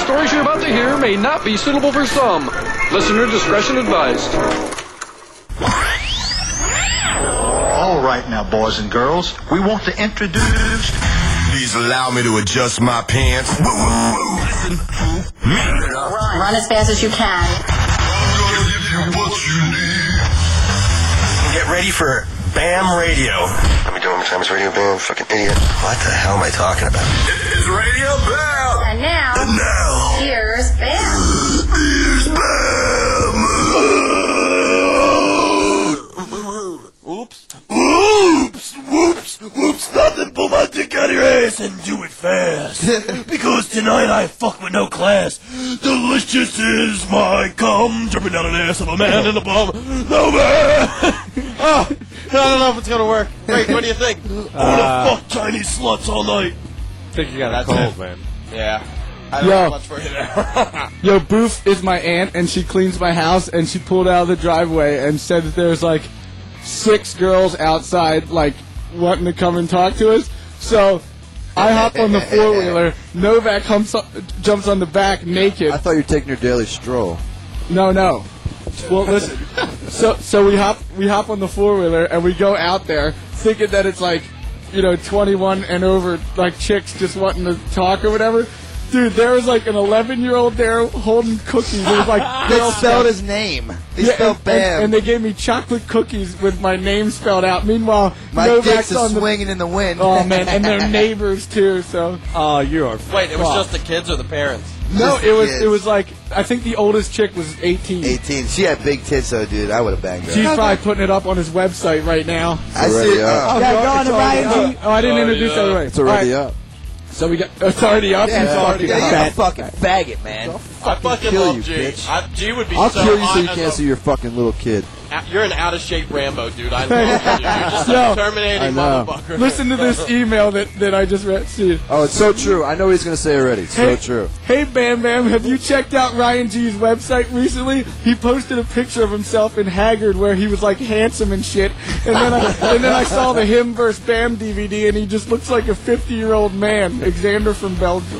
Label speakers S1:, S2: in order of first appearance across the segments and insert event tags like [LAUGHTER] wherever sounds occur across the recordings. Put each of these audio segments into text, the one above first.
S1: stories you're about to hear may not be suitable for some. Listener discretion advised.
S2: All right now, boys and girls, we want to introduce.
S3: Please allow me to adjust my pants. Woo, woo, woo. Listen, man up.
S4: Run. Run as fast as you can.
S3: I'm gonna give you what you need.
S5: Get ready for BAM Radio. Let me do it one more time. It's Radio BAM. Fucking idiot. What the hell am I talking about?
S3: It's Radio Bell.
S4: And now,
S3: Now,
S4: here's Bam.
S3: here's Bam. Oops. Whoops, whoops, whoops, nothing. Pull my dick out of your ass and do
S6: [LAUGHS]
S3: it fast. because tonight I fuck with no class. Delicious is my cum, dripping down an ass of a man in a bum. No man!
S7: Oh, I don't know if it's gonna work. Wait, what do you think?
S3: I wanna fuck Chinese sluts all night.
S6: think Uh. you got a cold, man.
S7: Yeah. I don't
S8: Yeah.
S7: have much for you
S9: [LAUGHS]
S7: there. [LAUGHS]
S8: Yo, Boof is my aunt, and she cleans my house, and she pulled out of the driveway and said that there's like six girls outside, like wanting to come and talk to us. So I hop on
S9: [LAUGHS]
S8: the four wheeler. Novak humps, jumps on the back naked.
S9: I thought you were taking your daily stroll.
S8: No, no.
S9: [LAUGHS]
S8: Well, listen. So, so we hop, we hop on the four wheeler and we go out there, thinking that it's like, you know, 21 and over, like chicks just wanting to talk or whatever. Dude, there was like an 11 year old there holding cookies. It was
S9: [LAUGHS]
S8: like
S9: They
S8: girl
S9: spelled his name. They
S8: yeah,
S9: spelled
S8: and,
S9: Bam.
S8: And, and they gave me chocolate cookies with my name spelled out. Meanwhile,
S9: my
S8: Novak's
S9: dicks
S8: on
S9: is
S8: the.
S9: swinging in the wind.
S8: Oh man, and
S9: [LAUGHS]
S8: their neighbors too. So
S6: Oh, you are.
S7: Wait, it was
S8: Fuck.
S7: just the kids or the parents?
S8: no,
S9: Just
S8: it was
S9: kids.
S8: it was like I think the oldest chick was 18.
S9: 18. She had big tits, though, dude. I would have banged her.
S8: She's probably putting it up on his website right now.
S9: I
S8: see.
S9: see.
S8: Oh,
S9: Uh,
S8: God, it's already up. Oh, I didn't
S7: It's already
S8: introduce
S7: up.
S8: that right.
S9: it's already
S8: All right,
S9: up.
S8: So we got it's already up.
S9: Yeah,
S8: you
S9: it's already
S8: fucking fat.
S9: up. fucking faggot, man.
S7: I fucking
S9: kill
S7: love
S9: you,
S7: G.
S9: bitch.
S7: I- G would be
S9: I'll
S7: so
S9: kill you so
S7: hot
S9: you
S7: as
S9: can't
S7: a-
S9: see your fucking little kid.
S7: out- You're an out of shape Rambo, dude.
S9: [LAUGHS]
S7: I love you. You're just
S8: Yo,
S7: a terminating
S9: know.
S7: motherfucker.
S8: Listen to this email Oh, that, that I just read. See.
S9: Oh, it's so true. I know what he's gonna say already. It's
S8: Hey,
S9: so true.
S8: Hey, Bam Bam, have you checked out Ryan G's website recently? He posted a picture of himself in Haggard where he was like handsome and shit. And then I, and then I saw the Him vs. Bam DVD and he just looks like a 50 year old man. Xander from Belgium.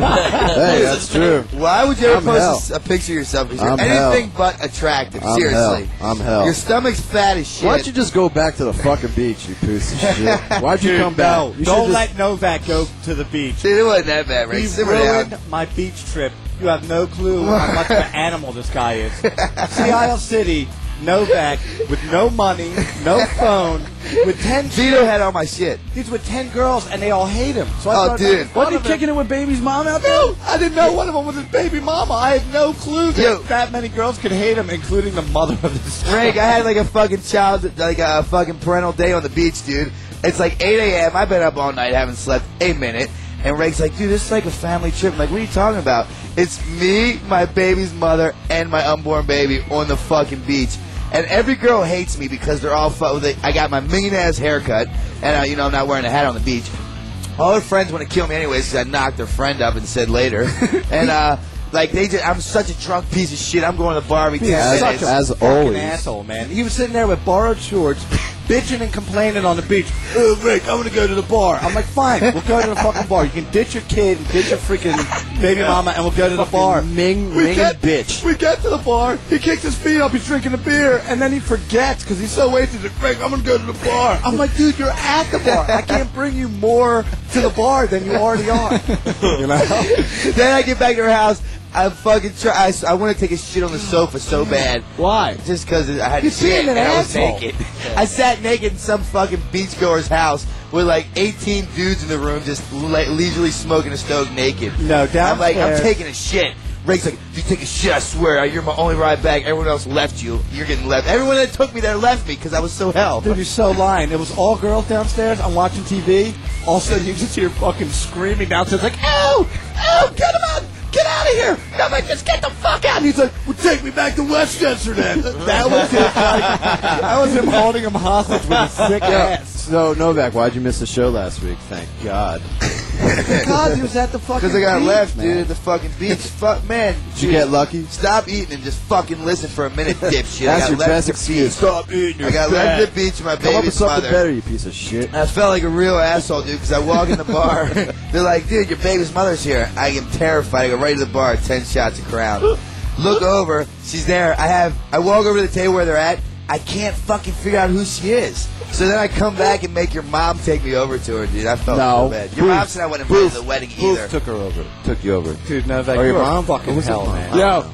S9: Hey, that's true.
S10: Why would you ever
S9: I'm
S10: post a
S9: hell.
S10: s- a, picture of yourself? If you're
S9: I'm
S10: anything but attractive.
S9: I'm
S10: seriously,
S9: hell. I'm hell.
S10: Your stomach's fat as shit.
S9: Why
S10: [LAUGHS]
S9: don't you just go back to the fucking beach, you piece of shit? Why'd you come
S6: No,
S9: back? You
S6: don't
S9: should just-
S6: let Novak go to the beach.
S10: Dude, it wasn't that bad, Rick.
S6: He
S10: Simmer
S6: ruined
S10: down.
S6: my beach trip. You have no clue how much
S10: [LAUGHS]
S6: of an animal this guy is. Sea Isle City, Novak, with no money, no phone, with ten.
S10: Vito had all my shit.
S6: He's with ten girls, and they all hate him. So I
S10: Oh,
S6: started
S10: dude.
S6: making fun
S8: Wasn't
S6: of
S8: he
S6: him.
S8: kicking it with Baby's mom out there?
S6: No, I didn't know one of them was his baby mama. I had no clue that
S10: Yo.
S6: that many girls could hate him, including the mother of this.
S10: Rick, I had like a fucking child, like a fucking parental day on the beach, dude. It's like 8 a.m. I've been up all night, haven't slept a minute. And Rick's like, dude, this is like a family trip. I'm like, what are you talking about? It's me, my baby's mother, and my unborn baby on the fucking beach. And every girl hates me because they're all fu- they, I got my mean ass haircut, and uh, you know I'm not wearing a hat on the beach. All her friends want to kill me anyways because I knocked her friend up and said later. and uh, like they just, I'm such a drunk piece of shit. I'm going to the bar every 10
S9: as,
S10: minutes.
S9: as
S6: fucking
S9: always.
S6: asshole, man. He was sitting there with borrowed shorts, bitching and complaining on the beach. Oh, Rick, I'm gonna go to the bar. I'm like, fine, we'll go to the fucking [LAUGHS] bar. You can ditch your kid, and ditch your freaking baby mama, and we'll go to the bar.
S9: Ming,
S6: We
S9: ming,
S6: get-
S9: bitch.
S6: We get to the bar. He kicks his feet up. He's drinking a beer, and then he forgets because he's so wasted. He's like, Rick, I'm gonna go to the bar. I'm like, dude, you're at the bar. I can't bring you more to the bar than you already are.
S9: You know?
S10: then I get back to her house. I'm fucking try. I, I want to take a shit on the sofa so bad.
S8: Why?
S10: Just because I had to
S6: You're being an
S10: shit and I was
S6: asshole.
S10: [LAUGHS] naked. I sat naked in some fucking beachgoer's house with like 18 dudes in the room just le- leisurely smoking a stove naked.
S6: No,
S10: I'm like, I'm
S6: downstairs-
S10: taking a shit. Rick's like, you take a shit, I swear. You're my only ride back. Everyone else left you. You're getting left. Everyone that took me there left me because I was so hell.
S6: Dude, you're so lying. It was all girls downstairs. I'm watching TV. All of a sudden, you just hear fucking screaming downstairs, like, "Ow! Ow! Get him out! Get out of here! No, but just get the fuck out!" And he's like, "Well, take me back to Westchester then." [LAUGHS] that was it. Like,
S3: [LAUGHS]
S6: that was him holding him hostage with his sick ass.
S10: [LAUGHS]
S9: So Novak, why'd you miss the show last week? Thank God.
S6: Because he was at the fucking
S10: Because I got
S6: beach,
S10: left,
S6: man.
S10: dude, at the fucking beach. Fuck, man. Did
S9: you get lucky?
S10: Stop eating and just fucking listen for a minute, dipshit.
S9: That's
S10: I got
S9: your
S10: left
S9: best
S10: at the beach.
S9: excuse. Stop eating
S10: I got left at the beach with
S9: Come
S10: my
S9: up with
S10: baby's
S9: something
S10: mother.
S9: better, you piece of shit.
S10: I felt like a real asshole, dude, because I walk in the bar. [LAUGHS] They're like, dude, your baby's mother's here. I am terrified. I go right to the bar, 10 shots of Crown. Look over. She's there. I have. I walk over to the table where they're at. I can't fucking figure out who she is. So then I come back and make your mom take me over to her, dude. I felt
S9: No.
S10: so bad. Your
S9: Proof.
S10: mom said I wasn't invited to the wedding
S9: Boof
S10: either. [LAUGHS]
S9: took her over. Took you over.
S6: Dude, no, that
S9: Oh, your
S6: you are
S9: mom?
S6: fucking
S9: Was it
S6: hell,
S9: mom?
S6: man.
S8: Yo.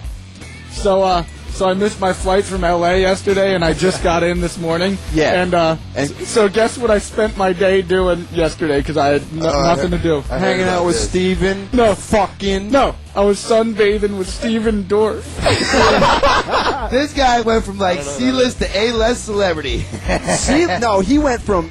S8: So uh so I missed my flight from LA yesterday and I just got in this morning.
S9: Yeah.
S8: And uh
S9: And-
S8: s- so guess what I spent my day doing yesterday cuz I had no,
S10: Oh, I
S8: nothing to
S10: heard-
S8: do.
S10: I heard
S9: Hanging out
S10: about
S9: with
S10: this.
S9: Steven.
S8: No.
S9: Fucking.
S8: No, I was sunbathing with Steven Dorff.
S10: This guy went from like C list to A list [LAUGHS] celebrity.
S9: See, no, he went from.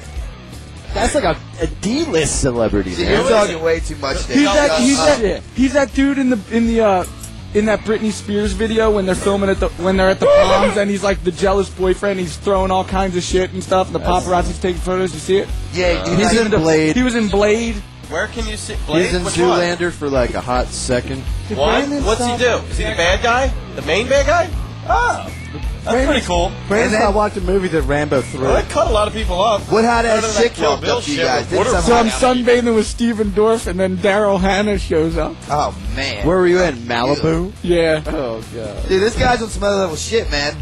S9: That's like a, a D-list celebrity.
S10: See,
S9: man.
S10: you're talking way too much. Dave.
S8: He's that,
S10: Uh,
S8: he's,
S10: uh,
S8: that, he's that dude in the in the uh, in that Britney Spears video when they're filming at the when they're at the palms and he's like the jealous boyfriend. He's throwing all kinds of shit and stuff, and the paparazzi's taking photos. You see it?
S10: yeah, dude,
S9: He's in
S10: like,
S9: Blade.
S8: He was in Blade.
S7: Where can you see Blade?
S9: He's in
S7: Which
S9: Zoolander for like a hot second.
S7: One? What? What's he do? Is he the bad guy? The main bad guy? Oh, that's pretty cool.
S9: Brandon
S10: then-
S9: I watched a movie that Rambo threw.
S7: Well, that cut a lot of people up.
S10: what hot
S7: None of
S10: ass
S7: that
S10: chick
S7: Kill
S10: walked
S7: Bill
S10: up to you
S7: shit
S10: guys?
S7: was
S10: Didn't
S7: waterfall.
S8: So I'm
S10: someone-
S8: sunbathing with Steven Dorff, and then Daryl Hannah shows up.
S10: Oh man.
S9: Where were you in Malibu?
S8: Yeah.
S9: Oh god.
S10: Dude, this guy's on some other level shit, man.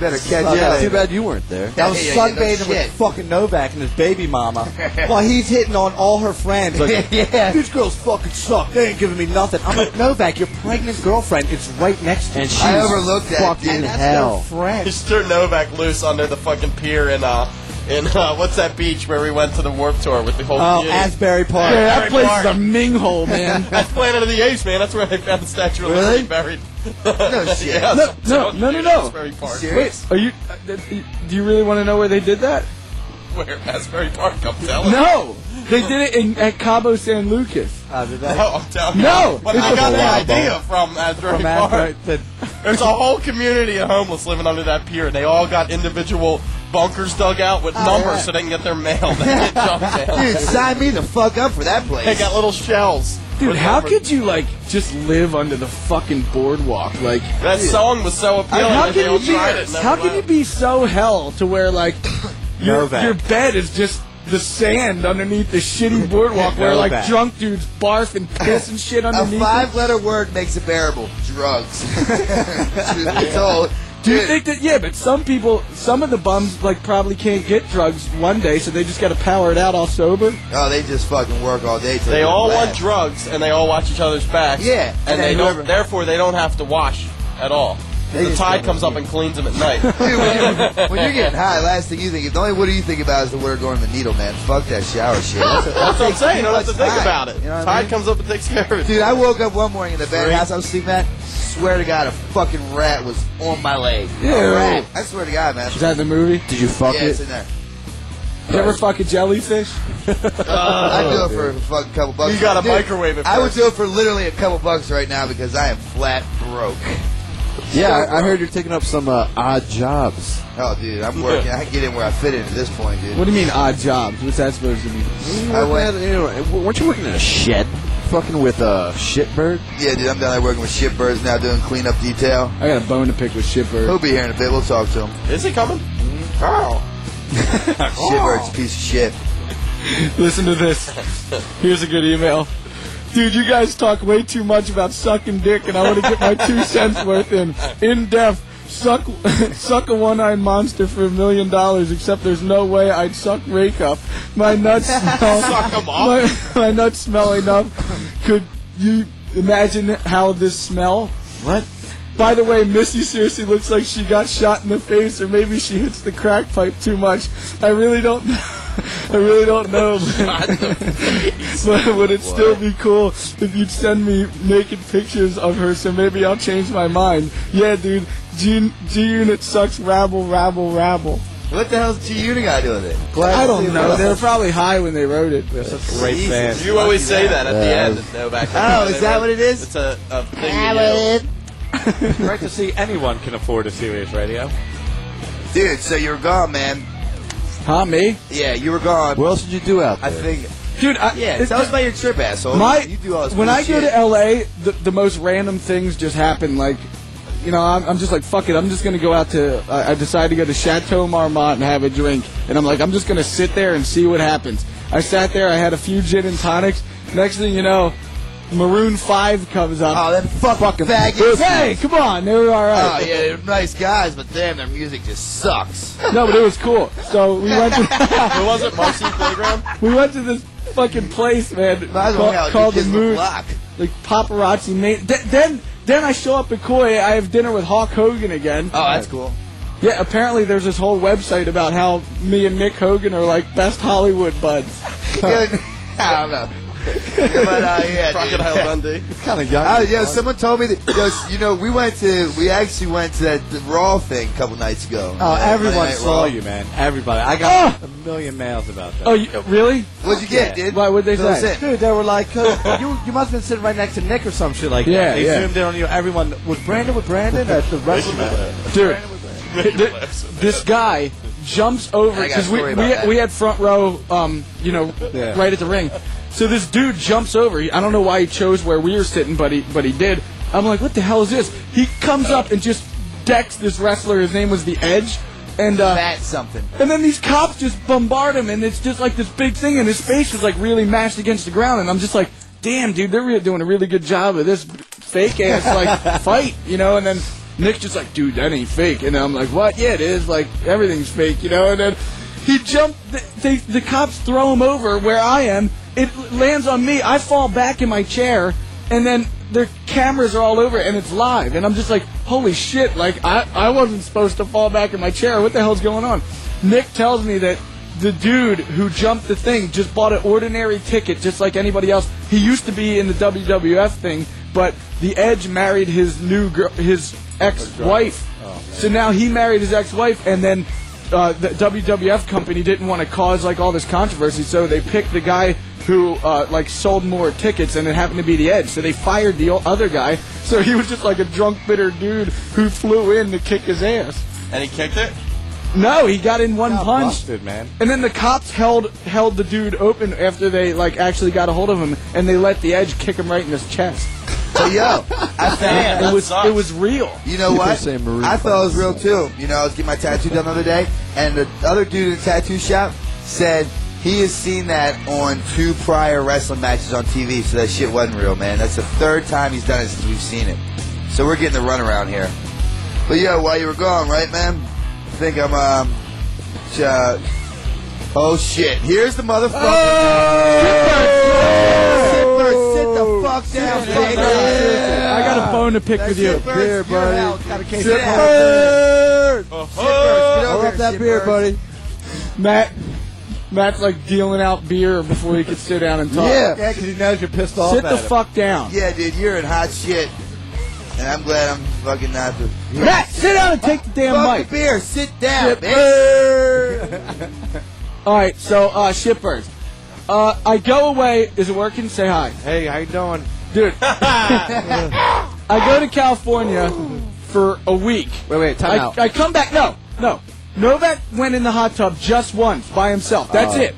S10: Better catch
S9: Oh,
S10: up.
S9: Too bad you weren't there.
S10: Yeah,
S6: I was
S10: yeah, yeah, no
S6: sunbathing with
S10: shit.
S6: fucking Novak and his baby
S10: [LAUGHS]
S6: mama while he's hitting on all her friends. Like,
S10: Yeah.
S6: These girls fucking suck. They ain't giving me nothing. I'm like, Novak, your pregnant girlfriend is right next to you.
S9: And she's
S10: I overlooked that,
S9: fucking
S10: dude.
S6: That's
S9: hell.
S6: their friend.
S7: Just turned Novak loose under the fucking pier in uh in uh what's that beach where we went to the warp tour with the whole
S6: Oh,
S7: community?
S6: Asbury Park.
S8: Yeah, that
S7: Barry
S8: place
S7: Barr.
S8: is a ming hole, man.
S7: [LAUGHS] That's Planet of the Apes, man. That's where they found the Statue of
S10: Really?
S7: Liberty buried.
S10: No shit.
S7: [LAUGHS] yeah,
S8: No, no, no, no, no.
S7: Asbury Park.
S10: Serious?
S8: Are you? uh, th- Do you really want to know where they did that?
S7: Where Asbury Park? I'm telling you.
S8: No, they did it in, at Cabo San Lucas.
S7: Uh, No, I'm telling you.
S8: No!
S7: But
S8: It's
S7: I
S8: a
S7: got that
S8: wild
S7: idea from Asbury
S8: From
S7: Park.
S8: Asbury- that-
S7: [LAUGHS] There's a whole community of homeless living under that pier, and they all got individual bunkers dug out with numbers so they can get their mail. [LAUGHS] They get junk mail.
S10: Dude, sign me the fuck up for that place.
S7: They got little shells.
S8: Dude,
S7: with
S8: how
S7: numbers.
S8: could you like just live under the fucking boardwalk? Like,
S7: That song was so appealing.
S8: how
S7: that they
S8: can
S7: all
S8: you be?
S7: tried it and never
S8: How can you
S7: left.
S8: be so hell to where
S10: [COUGHS]
S8: like your,
S6: Novak.
S8: your bed is just the sand underneath the shitty boardwalk where like
S6: Novak.
S8: drunk dudes barf and piss and shit
S10: a
S8: underneath? it?
S10: five-letter word makes it bearable. Drugs. [LAUGHS] Truth be told,
S8: [LAUGHS] Do you
S10: dude,
S8: think that? Yeah, but some people, some of the bums like probably can't get drugs one day, so they just got to power it out all sober.
S10: Oh, they just fucking work all day. Till
S7: They
S10: they're
S7: all want
S10: black.
S7: drugs, and they all watch each other's backs.
S10: Yeah,
S7: and,
S10: and
S7: they
S10: then
S7: don't.
S10: whoever-
S7: Therefore, they don't have to wash at all.
S10: They
S7: the
S10: just
S7: tide
S10: don't
S7: comes up and cleans them at night.
S10: Dude, when, you're, when you're getting high, last thing you think, the only what do you think about is the word going to the needle, man. Fuck that shower shit. That's a-
S7: That's what I'm saying. You don't have to
S10: It's
S7: think
S10: tide.
S7: about it.
S10: You know what I
S7: tide
S10: mean?
S7: comes up and takes care of it.
S10: Dude, I woke up one morning in the bad
S7: Three.
S10: house I was sleeping at. Swear to God, a fucking rat was on my leg. A
S8: Ew.
S10: rat. I swear to God, man.
S8: Is that the movie?
S9: Did you fuck
S10: Yeah,
S9: it?
S10: it's
S7: [LAUGHS]
S10: in there.
S8: You ever fuck a jellyfish?
S10: I'd do it for a fucking couple bucks.
S7: You gotta
S10: Dude,
S7: microwave it
S10: I would
S7: first.
S10: do it for literally a couple bucks right now because I am flat broke.
S9: Yeah, I, I heard you're taking up some uh, odd jobs.
S10: Oh, dude, I'm working. I get in where I fit in at this point, dude.
S8: What do you mean odd jobs? What's that supposed to mean?
S10: I went,
S9: weren't you working in a shed? Fucking with a shitbird?
S10: yeah, dude, I'm down there working with shitbirds now doing cleanup detail.
S8: I got a bone to pick with Shipper.
S10: He'll be here in a bit. We'll talk to him.
S7: Is he coming? [LAUGHS] Oh.
S10: [LAUGHS] Shitbird's a piece of
S8: [LAUGHS]
S10: shit.
S8: Listen to this. Here's a good email. Dude, you guys talk way too much about sucking dick, and I want to get my two cents worth in. In depth, suck, [LAUGHS] suck a one-eyed monster for a million dollars. Except there's no way I'd suck Rake up.
S10: [LAUGHS]
S8: My nuts
S7: [LAUGHS]
S8: smell.
S7: Suck 'em up.
S8: My, my nuts smell enough. Could you imagine how this smell?
S9: What?
S8: By the way, Missy seriously looks like she got shot in the face, or maybe she hits the crack pipe too much. I really don't. [LAUGHS] I really
S7: [LAUGHS]
S8: don't know. [LAUGHS] but would it still be cool if you'd send me naked pictures of her? So maybe I'll change my mind. Yeah, dude. G Unit sucks. Rabble, rabble, rabble.
S10: What the hell's G Unit got to do with it? Glad
S8: I
S10: to
S8: don't
S10: see
S8: know.
S10: what-
S8: They were probably high when they wrote it.
S6: Great
S10: Jesus.
S6: fan.
S7: You always say that at the end. of Novak.
S10: Oh, is that what it is?
S7: It's a, a thing. You do. [LAUGHS]
S11: Great to see anyone can afford a serious radio.
S10: Dude, so you were gone, man.
S8: Huh, me?
S10: Yeah, you were gone.
S9: What else did you do out
S10: I
S9: there?
S10: think
S8: Dude, I,
S10: yeah, tell us about your trip, asshole.
S8: My,
S10: you do all this
S8: when
S10: cool
S8: I go
S10: shit.
S8: to LA, the, the most random things just happen. Like, you know, I'm, I'm just like, fuck it. I'm just gonna go out to. I I decide to go to Chateau Marmont and have a drink, and I'm like, I'm just gonna sit there and see what happens. I sat there. I had a few gin and tonics. Next thing you know. Maroon Five comes up. Oh, that fuck fucking
S10: faggots.
S8: Hey, come on, they were all right.
S10: Oh yeah, they're nice guys, but damn, their music just sucks.
S8: No, but it
S9: [LAUGHS]
S8: was cool. So we went. To,
S10: [LAUGHS] It wasn't Marcy
S7: Playground.
S8: We went to this fucking place, man.
S10: as well hell,
S8: called
S10: you
S8: the
S10: kissed the
S8: Moon.
S10: block.
S8: Like paparazzi. Ma- th- then, then I show up at Koi. I have dinner with Hawk Hogan again.
S10: Oh, that's cool.
S8: Yeah, apparently there's this whole website about how me and Mick Hogan are like best Hollywood
S10: [LAUGHS]
S8: buds.
S10: I don't know. but uh, yeah,
S7: Crocodile Dundee.
S8: kind of
S10: Oh, yeah, someone told me that. yo, s- you know, we went to, we actually went to that the Raw thing a couple nights ago.
S11: Oh,
S10: Uh,
S11: everyone
S10: Monday Night
S11: saw
S10: Raw.
S11: you, man. Everybody. I
S10: Ah!
S11: got a million mails about that.
S8: Oh, you, really?
S10: What'd you get,
S11: Yeah.
S10: dude?
S11: Why would they
S10: That's
S11: say?
S10: it.
S9: Dude, they were
S11: [LAUGHS]
S9: like, uh, you, you must have been sitting right next to Nick or some shit like
S11: Yeah,
S9: that. They
S11: yeah.
S9: zoomed in on you. Everyone was Brandon with Brandon at the wrestling.
S8: Dude, th- this guy jumps over
S9: I got a
S8: because we
S9: story
S8: we,
S9: about that.
S8: we had front row, um, you know,
S9: Yeah.
S8: right at the ring. So this dude jumps over. He- I don't know why he chose where we were sitting, but he but he did. I'm like, what the hell is this? He comes up and just decks this wrestler. His name was the Edge, and uh,
S10: That's something.
S8: and then these cops just bombard him, and it's just like this big thing, and his face was like really mashed against the ground, and I'm just like, damn, dude, they're really doing a really good job of this fake ass like fight, you know. And then Nick's just like, dude, that ain't fake, and I'm like, what? Yeah, it is. Like everything's fake, you know. And then he jumped. They, the cops throw him over where I am. It lands on me. I fall back in my chair, and then their cameras are all over it, and it's live and i'm just like holy shit like I, I wasn't supposed to fall back in my chair what the hell's going on nick tells me that the dude who jumped the thing just bought an ordinary ticket just like anybody else he used to be in the wwf thing but the edge married his new girl his ex-wife
S7: Oh,
S8: so now he married his ex-wife and then uh, the WWF company didn't want to cause like all this controversy, so they picked the guy who uh, like sold more tickets, and it happened to be the Edge. So they fired the o- other guy, so he was just like a drunk, bitter dude who flew in to kick his ass.
S7: And he kicked it.
S8: No, he got in one punch.
S11: busted, man.
S8: And then the cops held held the dude open after they like actually got a hold of him, and they let the Edge kick him right in his chest.
S10: But yo, I
S8: Damn,
S10: found
S8: it was it was real.
S10: You know what? I thought it was real too. You know, I was getting my tattoo done the other day, and the other dude in the tattoo shop said he has seen that on two prior wrestling matches on TV, so that shit wasn't real, man. That's the third time he's done it since we've seen it. So we're getting the runaround here. But yo, while you were gone, right, man? I think I'm um. Uh, oh shit! Here's the motherfucker. Sit the fuck down, bitch.
S8: [LAUGHS] I got a bone to pick with you.
S10: Here, buddy. Got a case of
S8: Bird.
S9: Oh!
S10: Hold up that beer, buddy.
S8: Matt, Matt's like dealing out beer before he could sit down and talk.
S10: Yeah.
S9: because he knows you're pissed off.
S8: Sit
S9: at
S8: the
S9: him.
S8: fuck down.
S10: Yeah, dude, you're in hot shit. And I'm glad I'm fucking not the.
S8: Matt, sit down and take the damn
S10: Fuck
S8: mic.
S10: the beer, sit down,
S8: Shit,
S10: bitch.
S8: [LAUGHS] All right, so uh, shitbirds. Uh, I go away. Is it working? Say hi,
S9: Hey, how you doing?
S10: [LAUGHS]
S8: dude. I go to California for a week.
S9: Wait, wait, time
S8: I,
S9: out.
S8: I come back. No, no. Novak went in the hot tub just once by himself. That's
S9: Oh.
S8: it.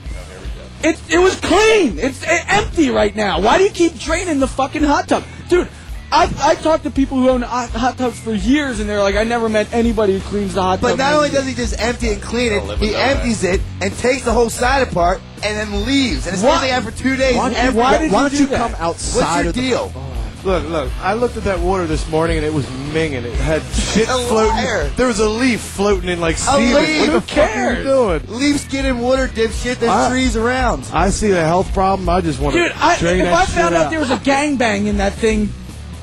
S8: It, it was clean. It's uh, empty right now. Why do you keep draining the fucking hot tub? Dude, I, I talked to people who own hot, hot tubs for years, and they're like, I never met anybody who cleans the hot
S10: but
S8: tub.
S10: not only does he just empty and clean it,
S7: live
S10: he
S7: with that,
S10: empties it and takes the whole side apart and then leaves. And it's
S8: Why-
S10: only out for two days.
S9: Why,
S10: and every-
S9: why did
S8: why
S9: you
S8: don't
S9: do
S8: you
S9: that?
S8: come
S10: What's
S9: outside
S10: your
S9: of the-
S10: deal?
S9: Look, look. I looked at that water this morning and it was minging. It had shit
S10: A
S9: floating.
S10: liar.
S9: There was a leaf floating in like
S10: A
S9: semen.
S10: leaf.
S9: What the
S10: Who
S9: fuck are you
S8: cares?
S9: doing?
S10: Leaves get in water, dipshit. There's
S9: I-
S10: trees around.
S9: I see the health problem. I just want
S8: Dude,
S9: to
S8: I,
S9: drain
S8: if
S9: that
S8: I
S9: shit
S8: found out
S9: out.
S8: there was a gangbang in that thing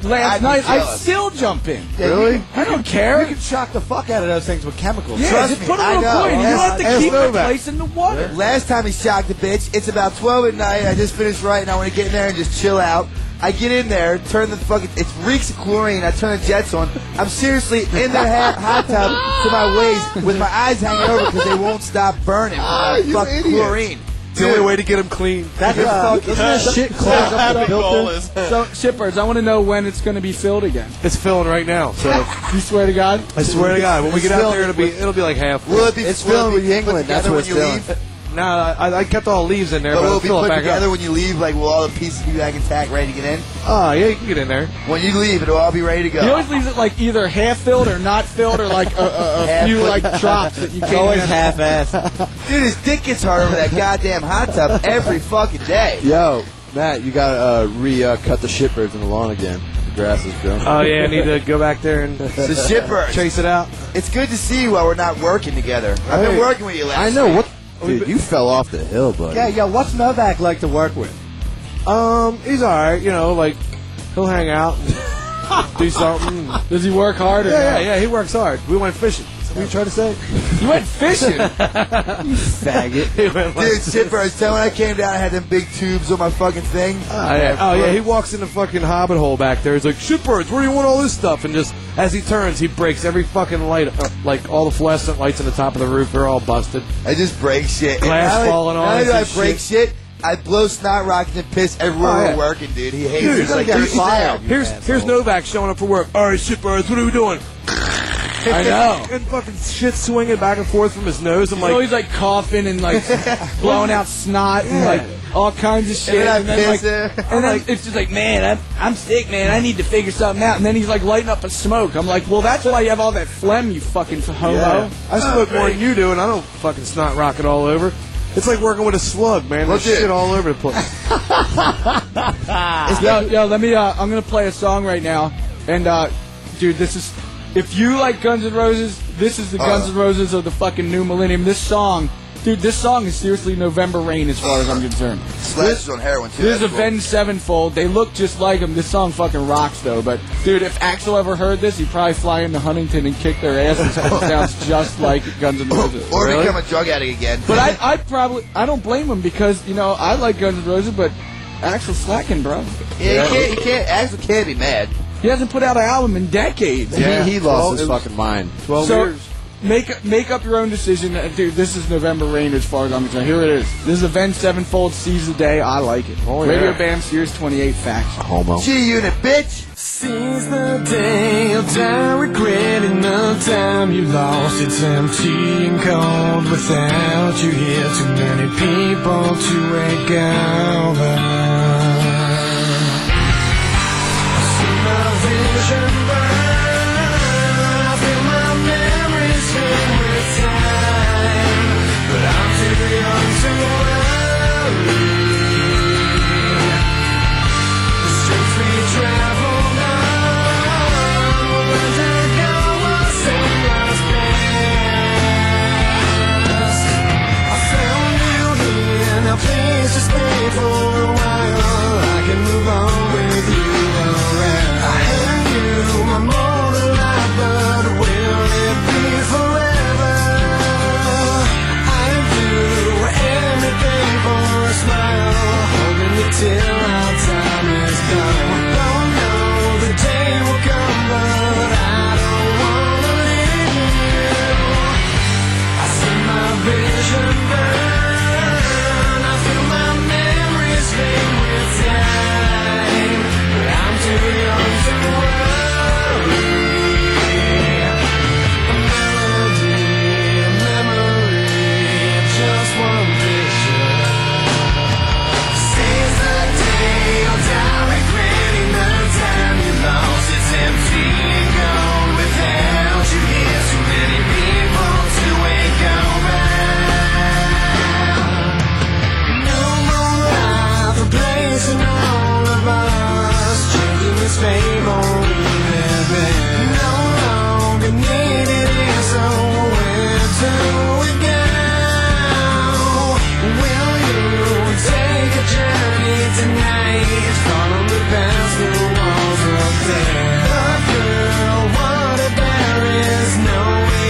S8: last
S10: I'd be
S8: night, I'd
S10: jealous.
S8: still jump in.
S9: really?
S8: I don't care.
S9: You can shock the fuck out of those things with chemicals.
S8: yeah,
S10: trust
S8: just
S10: me,
S8: put a
S10: I
S8: little
S10: know.
S8: coin. You don't
S10: Ask-
S8: have to
S9: ask
S8: keep the
S9: Novak.
S8: place in the water.
S10: Last time he shocked the bitch, it's about 12 at night. I just finished writing. I want to get in there and just chill out. I get in there, turn the fucking. It reeks of chlorine. I turn the jets on. I'm seriously in the [LAUGHS] ha- hot tub to my waist with my eyes hanging over because they won't stop burning. from all the fucking chlorine. uh,
S9: It's the only way to get them clean.
S10: That's fucking
S9: shit clogs up the
S7: Happy goal
S9: filter.
S7: is.
S8: So, shitbirds, I want to know when it's going to be filled again.
S9: It's filling right now. So
S8: You swear to God?
S9: I swear to God, when we
S10: It's
S9: get out there,
S10: filling
S9: it'll be
S10: with-
S9: it'll be like half.
S10: Will it be
S9: It's
S10: will
S9: filling
S10: it
S9: with
S10: be put
S9: England, that's
S10: together
S9: what
S10: when
S9: it's
S10: you leave?
S12: No, I, I kept all the leaves in there,
S10: But
S12: but,
S10: will
S12: I'll
S10: it be
S12: fill
S10: put
S12: it back
S10: together
S12: up.
S10: when you leave? Like, will all the pieces be back intact, ready to get in?
S12: Oh, yeah, you can get in there.
S10: When you leave, it'll all be ready to go.
S8: He always leaves it like either half filled or not filled or like a, a,
S12: [LAUGHS]
S8: a
S10: Half-
S8: few like drops that you can't. even-
S10: half-assed. Dude, his dick gets hard over that goddamn hot tub every fucking day.
S13: Yo, Matt, you gotta uh, re uh, cut the shitbirds in the lawn again. The grass is growing.
S12: Oh yeah, I need to go back there and
S10: It's a shipper.
S12: chase it out.
S10: It's good to see you while we're not working together. I've been
S13: Hey,
S10: working with you last
S13: I know
S10: week.
S13: what, dude. You fell off the hill, buddy.
S6: Yeah, yeah. What's Novak like to work with?
S12: Um, he's all right. You know, like he'll hang out, and [LAUGHS] do something. Does he work hard?
S6: or
S12: yeah,
S6: no?
S12: yeah, yeah. He works hard. We went fishing. What are you trying to say? You went fishing.
S14: [LAUGHS]
S12: [LAUGHS]
S10: faggot. Dude, shipper, I was telling when I came down, I had them big tubes on my fucking thing.
S12: Oh yeah. oh yeah, he walks in the fucking hobbit hole back there. He's like, "Shoot birds, where do you want all this stuff?" And just as he turns, he breaks every fucking light, uh, like all the fluorescent lights on the top of the roof. They're all busted.
S10: I just break shit.
S12: Glass
S10: And now
S12: falling
S10: I,
S12: on us
S10: Now I
S12: and
S10: break shit. I blow snot rockets and piss everywhere
S12: Oh, yeah.
S10: we're working, dude. He hates
S12: Dude,
S10: it. He's like,
S12: here's,
S10: "You're down, you
S12: here's,
S10: asshole."
S12: here's Novak showing up for work. All right, shit birds, what are we
S8: [LAUGHS]
S12: doing?
S10: I
S12: [LAUGHS]
S10: know.
S12: And fucking shit swinging back and forth from his nose. I'm
S8: He's
S12: like,
S8: always like coughing and
S12: [LAUGHS]
S8: like blowing out snot and like all kinds of shit.
S12: And then I piss
S8: like, and then it's just like, man, I'm, I'm sick, man. I need to figure something out. And then he's like lighting up a smoke. I'm like, well, that's why you have all that phlegm, you fucking homo.
S12: hello. I smoke more than you do, and I don't fucking snot rock it all over. It's like working with a slug, man.
S8: Well,
S12: There's
S8: dude.
S12: shit all over the place.
S8: yo, yo, let me. Uh, I'm gonna play a song right now, and uh, dude, this is. If you like Guns N' Roses, this is the Guns N' Roses of the fucking new millennium. This song, dude, this song is seriously November Rain as far as I'm concerned.
S10: Slash is on heroin, too.
S8: This is
S10: That's cool.
S8: Avenged Sevenfold. They look just like him. This song fucking rocks, though. But dude, if Axel ever heard this, he'd probably fly into Huntington and kick their asses. 'cause it sounds just like Guns N' Roses.
S10: Or
S8: Really?
S10: become a drug addict again.
S8: But I, I probably, I don't blame him because you know I like Guns N' Roses, but Axel's slacking, bro.
S10: yeah, you can't, you can't, Axel can't be mad.
S8: He hasn't put out an album in decades.
S13: He, he lost his fucking mind.
S8: Twelve so, Make make up your own decision, Uh, dude. This is November Rain as far as I'm concerned. Here it is. This is Event Sevenfold sees the day. I like it.
S13: yeah.
S8: Radio Bam Sears 28 Facts.
S13: Homo.
S10: G Unit, bitch.
S14: Seize the day of die regretting the time you lost. It's empty and cold without you here. Too many people to wake over. I see my vision burn. I feel my memories fill with time. But I'm too young to worry. The streets we travel on will undergo a similar past. I found you here, now please just stay for a while. I can move on with you around. I hate you, I'm all alive, but will it be forever? I do anything for a smile, holding you till our time is done. Don't know the day will come, but I don't wanna live. I see my vision burn. I feel my memories fade with time. But I'm too young to worry. A melody, a memory, just one picture. Seize the day or die regretting the time you lost. It's empty and gone without you here. Too many people to wake around. No more life replacing all of us. Changing this fame only living. No longer needed it, so where do we go? Will you take a journey tonight? Follow the path through walls of death. But girl, what if there is no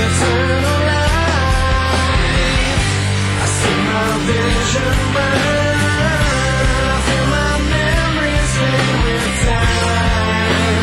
S14: eternal life? I see my vision burn. I feel my memories fade with time.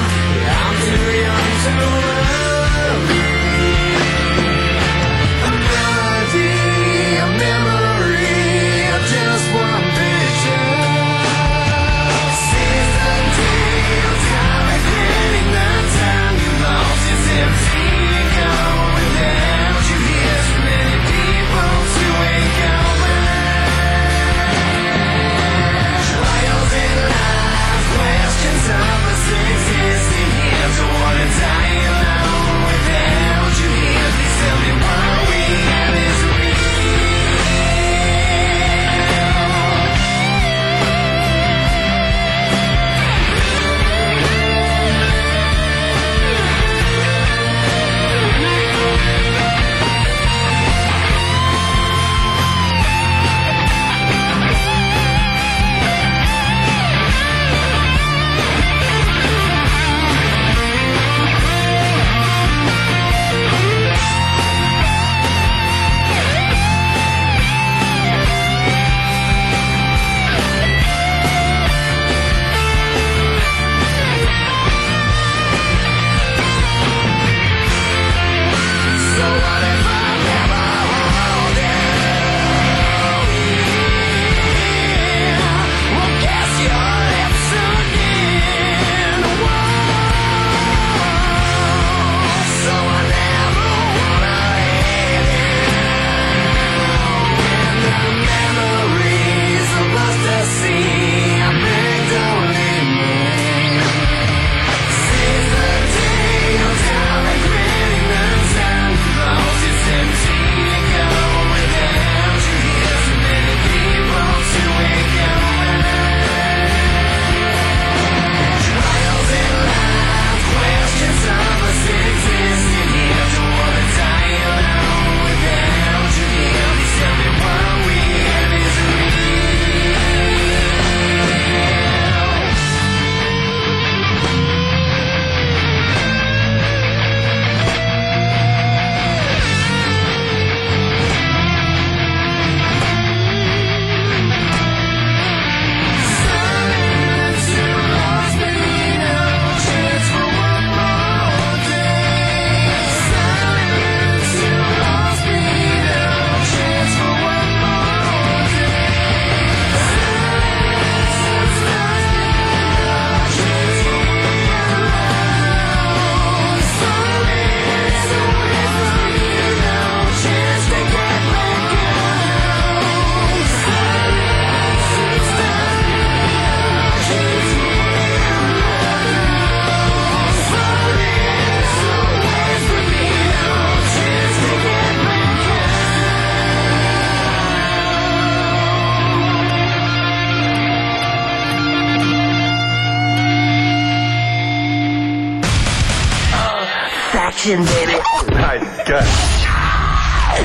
S14: action, baby. My God.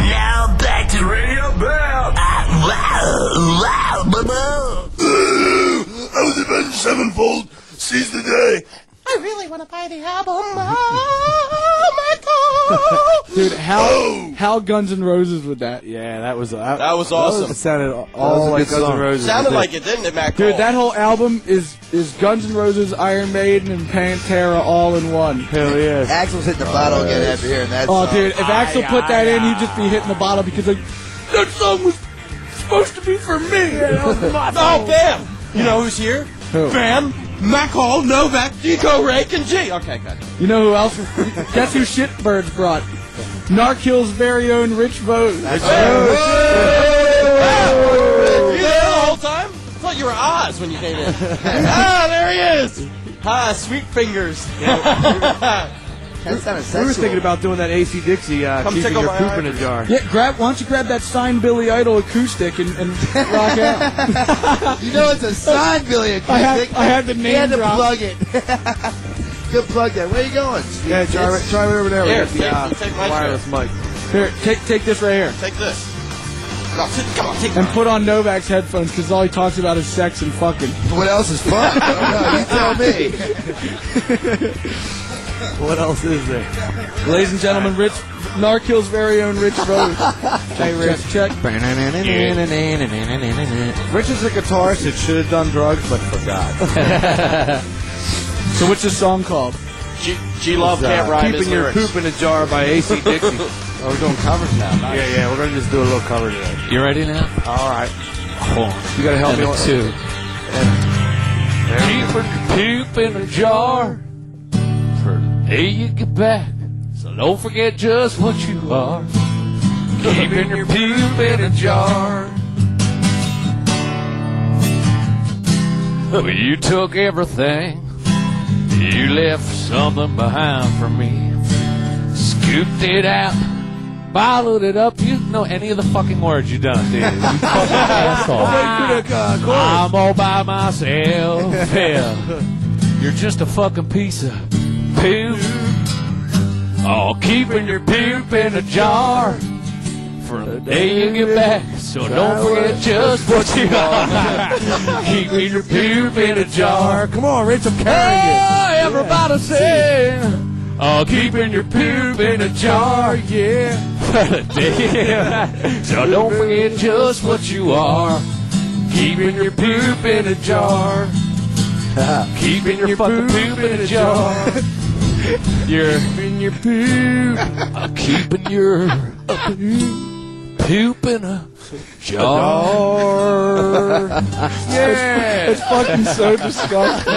S14: Now back to Radio Bell. Ah, wow, wow, boo-boo.
S3: I was about sevenfold. Seize the day.
S14: I really want to buy the album. Oh my God.
S8: [LAUGHS] Dude, how how Guns N' Roses with that?
S12: Yeah, that was
S7: That was awesome.
S12: It sounded all,
S8: was a
S12: like
S8: good
S12: Guns
S8: song.
S12: N' Roses.
S7: Sounded
S12: did.
S7: like it, didn't it, Matt?
S8: Dude, that whole album is is Guns N' Roses, Iron Maiden, and Pantera all in one. Hell yeah!
S10: Axel's hitting the bottle again after hearing that.
S8: Oh,
S10: song.
S8: dude, if Axel put that in, he'd just be hitting the bottle because like that song was supposed to be for me.
S7: [LAUGHS] oh, Bam! You know who's here?
S8: Who?
S7: Bam, Mac Hall, Novak, Deco, Rake, and G. Okay, good.
S8: You know who else? Guess who Shitbirds brought? Narkill's very own Rich Vote.
S10: Oh,
S7: You there the whole time? I thought you were Oz when you came
S10: [LAUGHS]
S7: in. ah, there he is! Ah, sweet fingers. [LAUGHS]
S12: We were thinking about doing that AC Dixie, uh,
S8: Come
S12: keeping
S8: tickle
S12: your
S8: my
S12: poop in a
S8: ivory.
S12: jar.
S8: Yeah, grab. Why don't you grab that signed Billy Idol acoustic and, and rock out?
S12: [LAUGHS]
S10: you know it's a sign, Billy. Acoustic.
S8: I had- I had the
S10: He
S8: name
S10: had to
S8: drop.
S10: plug it. [LAUGHS] Good plug there. Where you going?
S12: Yeah, try,
S10: It's-
S12: try it over there.
S10: Here,
S12: with the,
S10: take-
S12: uh,
S10: take my
S12: wireless mic.
S8: Here, take take this right here.
S7: Take this. No, sit- come on, take
S8: And put on Novak's headphones because all he talks about is sex and fucking.
S10: What else is fun?
S8: [LAUGHS]
S10: you tell me.
S12: What else is there?
S8: Ladies and gentlemen, Rich Narkill's very own Rich
S10: [LAUGHS]
S8: Rose. check, check, check.
S12: Rich is a guitarist that should have done drugs but forgot.
S8: [LAUGHS] so what's this song called?
S7: G, G Love
S12: It's, uh,
S7: can't rhyme his
S12: Keeping your
S7: lyrics.
S12: poop in a jar by
S13: [LAUGHS]
S12: AC Dixie. oh, we're doing covers now. Yeah, yeah, we're gonna just do a little cover today.
S11: You ready now?
S12: All right.
S11: You
S12: gotta help me
S11: Number
S12: on-
S11: two. Keep your poop in a jar for till you get back. So don't forget just what you are. Keeping your poop in a jar. Well, you took everything. You left something behind for me. Scooped it out. Bottled it up. You know any of the fucking words you done, dude. You fucking asshole. I'm all by myself. yeah. You're just a fucking piece of poop. Oh, keeping your poop in a jar for the day you get back. So don't forget just what you are. [LAUGHS] keeping your poop in a jar.
S12: Come on, Rich, I'm
S11: carrying you. Everybody sing. Oh, keeping your poop in a jar,
S7: [LAUGHS]
S11: yeah. For the day. so don't forget just what you are. Keeping your poop in a
S7: [LAUGHS]
S11: jar. Keeping your fucking poop in a
S7: [LAUGHS]
S11: jar. You're keeping your poop. I'm keeping your poop in a jar.
S8: Yeah. It's fucking so disgusting.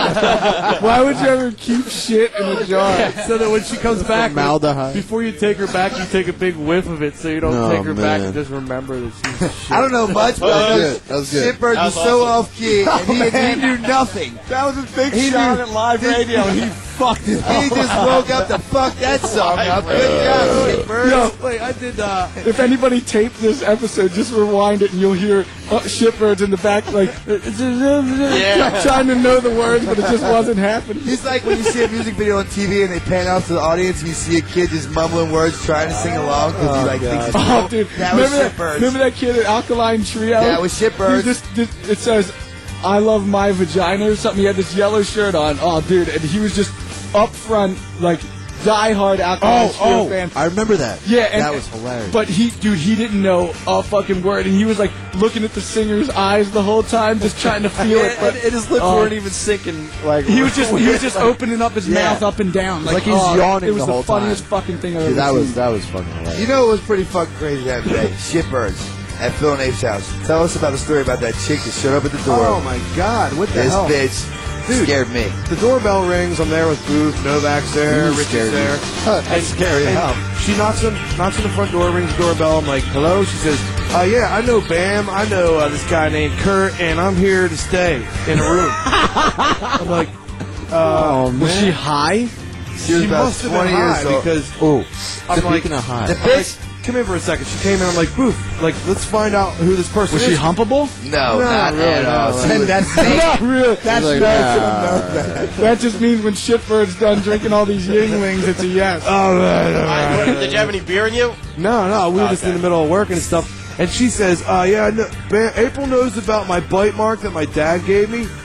S8: Why would you ever keep shit in a jar?
S12: So that when she comes back,
S13: Formaldehyde.
S12: before you take her back, you take a big whiff of it, so you don't
S13: Oh,
S12: take her back
S13: man.
S12: and just remember that she's shit.
S10: I don't know much, but
S12: That was
S10: this
S12: good. Oh, That was good.
S10: Shitbird
S12: That
S10: was
S12: was
S10: so
S12: awesome. Oh,
S10: off key, and
S12: [LAUGHS]
S10: he, he knew nothing.
S12: That was a big
S10: he
S12: shot
S10: knew,
S12: at live radio, and
S10: [LAUGHS]
S12: he fucked it
S10: He
S12: up.
S10: just woke up to fuck that
S12: [LAUGHS]
S10: song up. Good job, Shitbird.
S8: Yo.
S12: Wait, I did. Uh,
S8: If anybody taped this episode, just rewind it and you'll hear uh, shitbirds in the back like trying to know the words, but it just wasn't happening.
S10: It's like when you see a music video on TV and they pan out to the audience and you see a kid just mumbling words trying to sing along because he like thinks it's
S8: Oh,
S10: cool.
S8: dude!
S10: That was
S8: remember, that,
S10: Shitbirds.
S8: remember that kid at Alkaline Trio?
S10: That was Shitbirds.
S8: He was just- just- it says, "I love my vagina" or something. He had this yellow shirt on. Oh, dude! And he was just up front, like diehard Alkaline
S13: Oh,
S8: Trio
S13: oh,
S8: fan.
S13: I remember that.
S8: Yeah, and,
S13: that was hilarious.
S8: But he, dude, he didn't know a fucking word, and he was like looking at the singer's eyes the whole time, just trying to
S12: [LAUGHS]
S8: feel it. But
S12: and his lips
S9: uh,
S8: oh,
S12: weren't even sinking. [LAUGHS] Like
S8: He was just, he was just opening up his
S12: Yeah.
S8: mouth up and down,
S12: Like
S8: like,
S12: he's
S8: oh,
S12: yawning
S8: It was
S12: the
S8: the,
S12: whole
S8: funniest
S12: time.
S8: fucking thing I've ever
S10: Dude, that
S8: seen.
S10: was-
S13: that was fucking hilarious.
S10: You know what was pretty fucking crazy that day? Shitbirds at Phil and Abe's house. Tell us about the story about that chick that showed up at the door.
S13: Oh my God! What the
S10: This
S13: hell?
S10: bitch scared me.
S13: The doorbell rings. I'm there with Booth. Novak's there.
S10: Ooh,
S13: Rich is
S10: scared me.
S13: there. [LAUGHS]
S10: [LAUGHS] Huh, that's
S13: And-
S10: scary
S13: and
S10: enough.
S13: She knocks on knocks on the front door, rings the doorbell. I'm like, hello. She says, uh, yeah, I know Bam. I know uh, this guy named Kurt, and I'm here to stay in a room. I'm like, uh,
S12: oh, was she high?
S13: She,
S12: was about
S13: must have been
S12: 20 years
S13: high
S12: old.
S13: because
S12: Oh,
S13: I'm like,
S10: The bitch
S12: come in for a second. She came in. I'm like, boof. Like, let's find out who this person
S8: Was
S12: is.
S8: she humpable?
S12: No,
S8: not
S12: really,
S8: at all.
S12: no.
S8: She
S12: And
S8: was-
S12: that's
S8: [LAUGHS] not really.
S12: That's
S8: She's
S12: not-
S8: "Nah." That just means when Shitbird's done drinking all these Yinglings, it's a yes.
S12: All right, all right.
S7: Did you have any beer in you?
S12: No, no, we were just in the middle of work and stuff. And she says, uh, yeah, I know- ba- April knows about my bite mark that my dad gave me.
S10: [LAUGHS]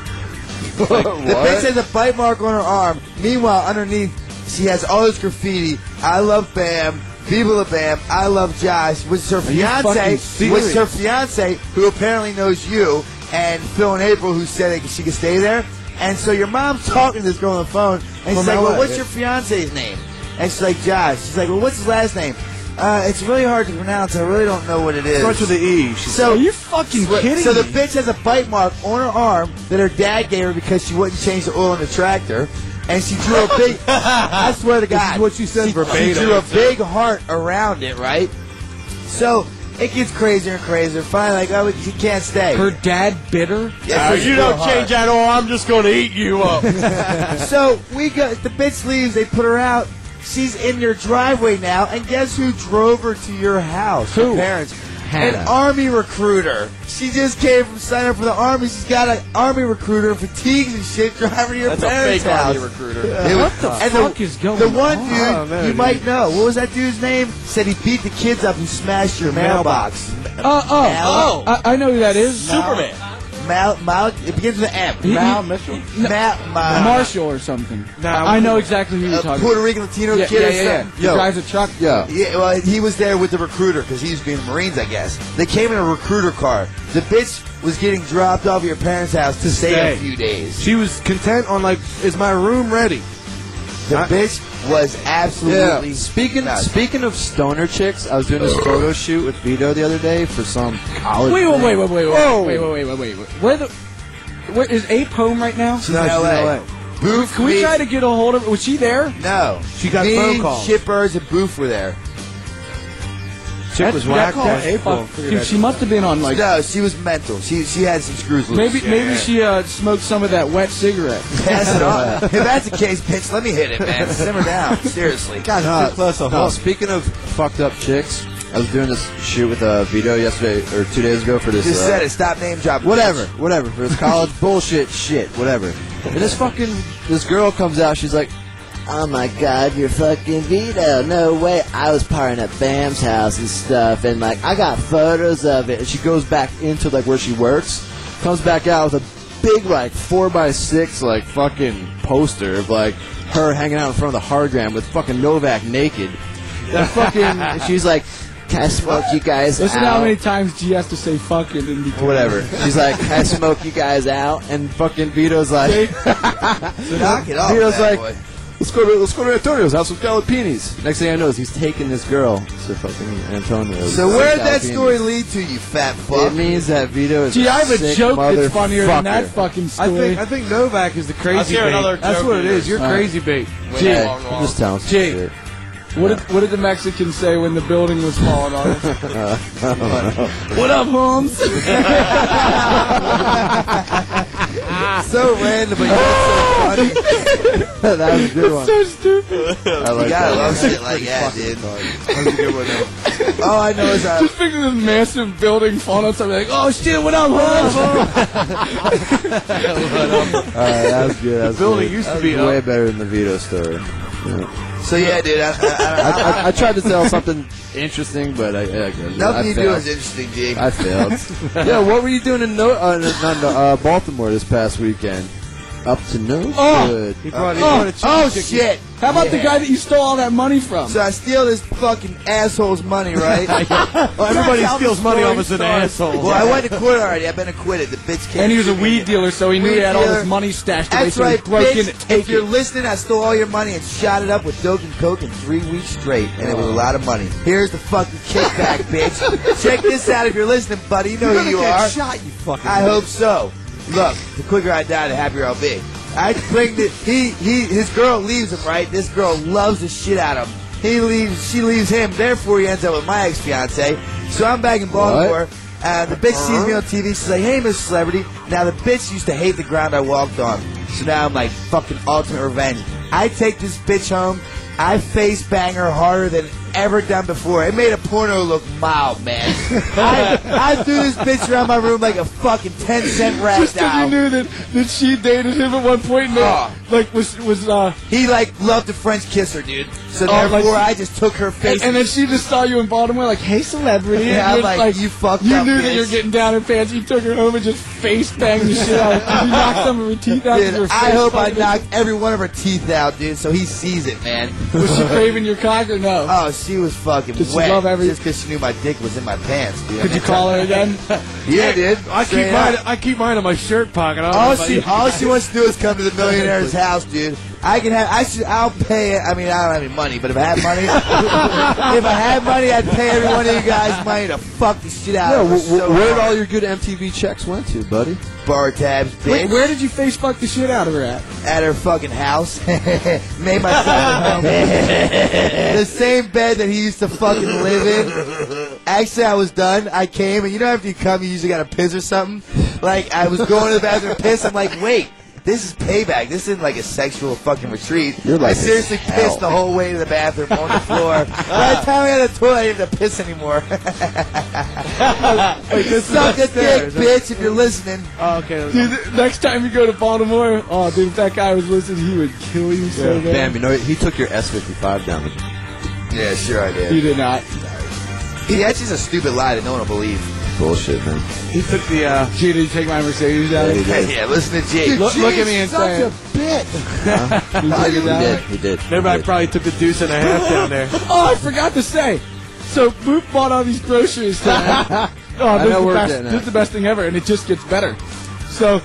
S12: [LAUGHS]
S10: Like, the bitch has a bite mark on her arm. Meanwhile, underneath, she has all this graffiti. I love Bam. Viva la Bam. I love Josh. Which is her
S12: you fucking
S10: fiance.
S12: serious?
S10: Which is her fiance, who apparently knows you, and Phil and April, who said that she could stay there. And so your mom's talking to this girl on the phone, and
S9: From
S10: she's like,
S9: LA.
S10: "Well, what's your fiance's name?" And she's like, "Josh." She's like, "Well, what's his last name?" Uh, it's really hard to pronounce. I really don't know what it is.
S12: Starts with an E. She
S10: So
S12: said. Are you fucking
S10: so,
S12: kidding
S10: So the
S12: me?
S10: bitch has a bite mark on her arm that her dad gave her because she wouldn't change the oil on the tractor, and she
S12: [LAUGHS]
S10: drew a big. I swear to
S12: This
S10: God,
S12: is what you said
S10: she,
S12: verbatim.
S10: She drew a big heart around it, right? So it gets crazier and crazier. Finally, like, oh, she can't stay.
S8: Her dad bitter?
S10: Yeah, so
S7: if you
S10: it's real
S7: don't change
S10: hard.
S7: that all, I'm just going to eat you up.
S10: [LAUGHS] so we go. The bitch leaves. They put her out. She's in your driveway now, and guess who drove her to your house? Her parents. An
S9: Hannah.
S10: army recruiter. She just came from signing up for the army. She's got an army recruiter fatigues and shit driving to your
S7: That's a
S10: parents'
S7: fake
S10: house.
S7: army recruiter.
S10: It was-
S7: What the
S10: and
S7: fuck
S10: the,
S7: is going
S10: The one
S7: on?
S10: dude
S7: Oh, man,
S10: you
S7: dude.
S10: might know. What was that dude's name? Said he beat the kids up who smashed your mailbox.
S8: Oh, oh, oh. I, I know who that is.
S10: Superman. Mal, Mal, it begins with an M.
S8: He- he-
S10: Mal Mitchell. Mal, Mal,
S8: Marshall or something. I I know exactly who you're talking
S10: Uh, Puerto
S8: about.
S10: Rican Latino
S8: yeah,
S10: kid
S8: yeah,
S10: or
S8: yeah, yeah.
S10: something.
S8: He
S10: Yo.
S8: drives a truck.
S10: Yeah, well, he was there with the recruiter because he was being the Marines, I guess. They came in a recruiter car. The bitch was getting dropped off at your parents' house to stay, a few days.
S12: She was content on like, is my room ready?
S10: The bitch was absolutely.
S9: Yeah. Speaking
S10: nuts.
S9: speaking of stoner chicks, I was doing this photo shoot with Vito the other day for some college.
S8: Wait, wait,
S9: thing.
S8: wait, wait, wait,
S9: Whoa.
S8: wait, wait, wait, wait, wait, wait. Where the? Where is Ape home right now?
S10: She's in No, she's in LA. LA. Booth,
S8: Can we
S10: me-
S8: try to get a hold of? Was she there?
S10: No,
S8: She got
S10: me,
S8: phone calls.
S10: Shitbirds and Boof were there.
S8: Chick That- was that whacked call that was April. fucked. Dude, she must have been on, like-
S10: No, she was mental. She she had some screws loose.
S8: Maybe maybe she uh, smoked some of that wet
S10: [LAUGHS]
S8: cigarette.
S10: Pass
S8: [LAUGHS]
S10: it on. if that's the case, bitch, let me hit it, man. Simmer down. Seriously.
S9: God,
S10: No,
S9: it's too close to
S10: no,
S9: home. Speaking of fucked up chicks, I was doing this shoot with uh, Vito yesterday or two days ago for this.
S10: Just
S9: uh,
S10: said it. Stop name dropping.
S9: Whatever,
S10: bitch.
S9: whatever. For this
S8: [LAUGHS]
S9: college bullshit shit, whatever. And this fucking this girl comes out, she's like, Oh my god, you're fucking Vito. No way. I was partying at Bam's house and stuff and like I got photos of it and she goes back into like where she works, comes back out with a big like four by six like fucking poster of like her hanging out in front of the hardgram with fucking Novak naked. That fucking
S8: [LAUGHS]
S9: and she's like, Can I smoke you guys?
S8: Listen
S9: out?
S8: to how many times G has to say "fuck" it and be
S9: whatever. She's like, "Can I smoke you guys out?" And fucking Vito's [LAUGHS] like,
S10: Knock it off,
S9: Vito's
S10: bad
S9: like,
S10: boy.
S9: "Let's go to let's go to Antonio's house with jalapenos." Next thing I know, is he's taking this girl to fucking Antonio's.
S10: So
S9: with
S10: where'd that
S9: jalapenos.
S10: story lead to, you fat fuck?
S9: It means that Vito is.
S8: Gee, I have a
S9: sick
S8: joke that's funnier than that
S9: motherfucker.
S8: fucking
S12: I
S8: story.
S12: think I think Novak is the
S8: Let's
S12: crazy
S8: hear
S12: bait.
S8: another
S12: That's
S8: joke
S12: what it
S8: of
S12: is.
S8: yours.
S12: You're
S8: All right.
S12: crazy bait.
S9: Gee, just tell him [LAUGHS] some
S8: Gee.
S9: shit.
S8: What did, what did the Mexican say when the building was falling on
S10: [LAUGHS]
S8: us?
S9: Uh, I don't know.
S8: what up, Holmes? [LAUGHS]
S10: so random, but you're so funny.
S9: that was a good one.
S8: so stupid.
S9: [LAUGHS] I like
S10: you gotta
S9: that. [LAUGHS]
S10: love shit like that, dude. That was a good one, though. All I know is I.
S8: Just picture this massive building falling on something like, oh shit, what up,
S10: [LAUGHS]
S8: Holmes? [LAUGHS] um,
S9: [LAUGHS] All right, that was good. That was
S12: building
S9: good.
S12: used to
S9: That
S12: be
S9: was
S12: up.
S9: way better than the Vito story. Yeah.
S10: So yeah, dude. I, I, I,
S9: I, I, I tried to tell something interesting, but I, I, I
S10: nothing
S9: I
S10: you do
S9: failed.
S10: is interesting, Jake.
S9: I failed. yeah, what were you doing in no, uh, no, no, no, uh, Baltimore this past weekend? Up to no
S8: Oh!
S9: good.
S12: He brought, he brought
S8: oh,
S12: a chicken
S8: oh
S12: chicken.
S8: shit. How about the
S10: Yeah.
S8: guy that you stole all that money from?
S10: So I steal this fucking asshole's money, right? well,
S12: Everybody
S10: how
S12: steals
S10: the
S12: money
S10: story
S12: off as an
S10: starts.
S12: asshole.
S10: Well, I went to court already. I've been acquitted. The bitch can't.
S8: and he was a
S10: shoot me
S8: weed
S10: again.
S8: dealer, so he knew he
S10: Weed
S8: had all
S10: dealer.
S8: his money stashed away,
S10: That's
S8: so he
S10: right,
S8: broke
S10: bitch.
S8: in to take
S10: if you're
S8: it.
S10: listening, I stole all your money and shot it up with dope and coke in three weeks straight, and it was a lot of money. Here's the fucking kickback, bitch.
S9: [LAUGHS]
S10: Check this out if you're listening, buddy. You know
S9: You're
S10: who
S9: gonna
S10: you
S9: get
S10: are.
S9: shot, you fucking
S10: I
S9: bitch.
S10: hope so. [LAUGHS] Look, the quicker I die, the happier I'll be. I bring the he he his girl leaves him right. This girl loves the shit out of him. He leaves, she leaves him. Therefore, he ends up with my ex fiance. So I'm back in Baltimore. Uh, the bitch sees me on TV. She's like, "Hey, Miss Celebrity." Now the bitch used to hate the ground I walked on. So now I'm like, "Fucking ultimate revenge." I take this bitch home. I face bang her harder than ever done before. It made a porno look mild, man. I, I threw this bitch around my room like a fucking 10 cent rat
S8: Just 'cause you knew that, that [LAUGHS] she dated him at one point. And
S10: Ah.
S8: then, like was was uh.
S10: He like loved the French kisser, dude. So
S8: Oh,
S10: therefore,
S8: like-
S10: I just took her face.
S8: And, and then she just saw you in Baltimore, like, "Hey, celebrity!"
S10: Yeah,
S8: and
S10: I'm
S8: you're
S10: like, "You fucked
S8: You
S10: up,
S8: knew
S10: bitch."
S8: that you're getting down in pants. You took her home and just face banged the shit out. of her. You knocked some of her teeth out. 'cause
S10: Dude,
S8: you were
S10: I
S8: face
S10: hope I
S8: banging.
S10: knocked every one of her teeth out, dude, so he sees it, man.
S8: Was she craving your cock or no?
S10: Oh, she was fucking
S8: Did she
S10: wet.
S8: love every-
S10: Just because she knew my dick was in my pants, dude. [LAUGHS]
S8: Could you call her again?
S10: yeah, dude.
S12: I keep
S10: Straight
S12: mine.
S10: up.
S12: I keep mine in my shirt pocket. I don't know
S10: All
S12: about
S10: she,
S12: you.
S10: all
S12: [LAUGHS]
S10: she wants to do is come to the millionaire's house, dude. I can have, I should, I'll pay it. I mean, I don't have any money, but if I had
S8: [LAUGHS]
S10: money, if I had money, I'd pay every one of you guys money to fuck the shit out
S9: Yeah,
S10: of her.
S9: wh- wh-
S10: so
S9: where did
S10: hard.
S9: all your good MTV checks went to, buddy?
S10: Bar tabs, bitch.
S9: Wait,
S10: where
S8: did you face fuck the shit out of her at?
S10: At her fucking house. [LAUGHS] Made myself at home. the same bed that he used to fucking live in. Actually, I was done. I came, and you know, after you come, you usually got to piss or something. Like, I was going to the bathroom to piss. I'm like, wait. This is payback. This isn't like a sexual fucking retreat.
S9: Your life
S10: I
S9: is
S10: seriously pissed the whole way to the bathroom on
S9: [LAUGHS]
S10: the floor. By the time I got to the toilet, I didn't have to
S8: [LAUGHS]
S10: piss anymore.
S8: this is
S10: Suck a dick,
S8: upstairs.
S10: bitch, if you're listening.
S12: Oh, okay.
S8: Dude, th- next time you go to Baltimore, oh, dude, if that guy was listening, he would kill you so bad.
S9: Bam, you know he took your S55 down.
S10: Yeah, sure I did.
S8: You did not.
S10: He, that's just a stupid lie that no one will believe.
S9: Bullshit, man.
S12: He took the. Uh,
S8: Gee, did you take my Mercedes out?
S9: Yeah, he did.
S10: yeah, listen to Jake.
S12: Look- look at me and say it. [LAUGHS]
S9: he did. He did.
S12: Remember, I probably took a deuce and a half
S14: [LAUGHS]
S8: [LAUGHS]
S12: down there.
S8: Oh, I forgot to say. So Boop bought all these groceries. today. oh,
S12: [LAUGHS] I
S8: this,
S12: know
S8: is the
S12: where we're
S8: best,
S12: getting
S8: this is
S12: at.
S8: the best thing ever, and it just gets better. So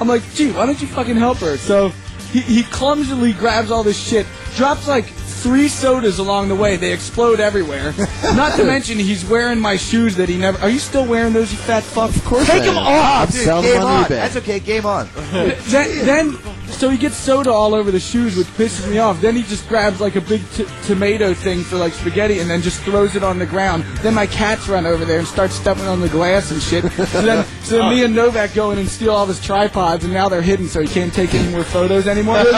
S8: I'm like, gee, why don't you fucking help her? So he, he clumsily grabs all this shit, drops like three sodas along the way. They
S12: [LAUGHS]
S8: explode everywhere. Not to mention he's wearing my shoes that he never. Are you still wearing those, you fat fuck? Of course.
S10: Take them off, dude. Game on.
S8: eBay.
S10: That's okay.
S12: [LAUGHS]
S10: Game on.
S8: [LAUGHS] then, then, so he gets soda all over the shoes, which pisses me off. Then he just grabs like a big t- tomato thing for like spaghetti, and then just throws it on the ground. Then my cats run over there and start stepping on the glass and shit. So then, so then me and Novak go in and steal all his tripods, and now they're hidden, so he can't take any more photos anymore. [LAUGHS] so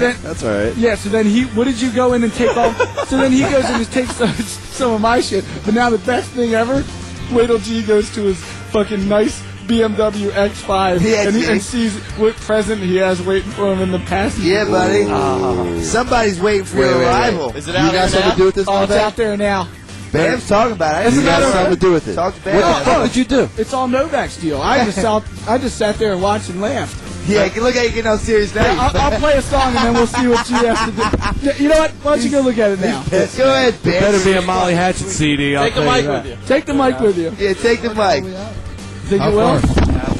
S8: then,
S9: That's all right.
S8: yeah, so then he, what did you go in and take all? so then he goes and just takes [LAUGHS] some, some of my shit. But now the best thing ever, wait till G goes to his fucking nice BMW X5
S10: Yeah,
S8: and, he,
S10: G.
S8: and sees what present he has waiting for him in the passenger.
S10: Yeah, buddy.
S8: Oh.
S10: Somebody's waiting for
S8: Wait,
S10: your
S8: wait, wait.
S10: arrival.
S8: Is it out You got there something now? to do with this, Oh, it's Novak? out there now.
S10: Bam's talking about it.
S8: Doesn't matter.
S10: Talk to Bam.
S8: you do? It's all Novak's deal. I
S10: [LAUGHS]
S8: just sat, I just sat there and watched and laughed.
S10: Yeah, you can look at you getting all serious now.
S8: Yeah, I'll, I'll play a song and then we'll see what G has to do. Yeah, You know what? Why don't you go look at it now?
S10: Go ahead, Bam.
S12: Better be a Molly Hatchet CD. I'll
S8: Take the
S12: tell
S8: mic
S12: you
S8: with
S12: that.
S8: you. Take the mic with you.
S10: Yeah, take the mic.
S8: Think you will?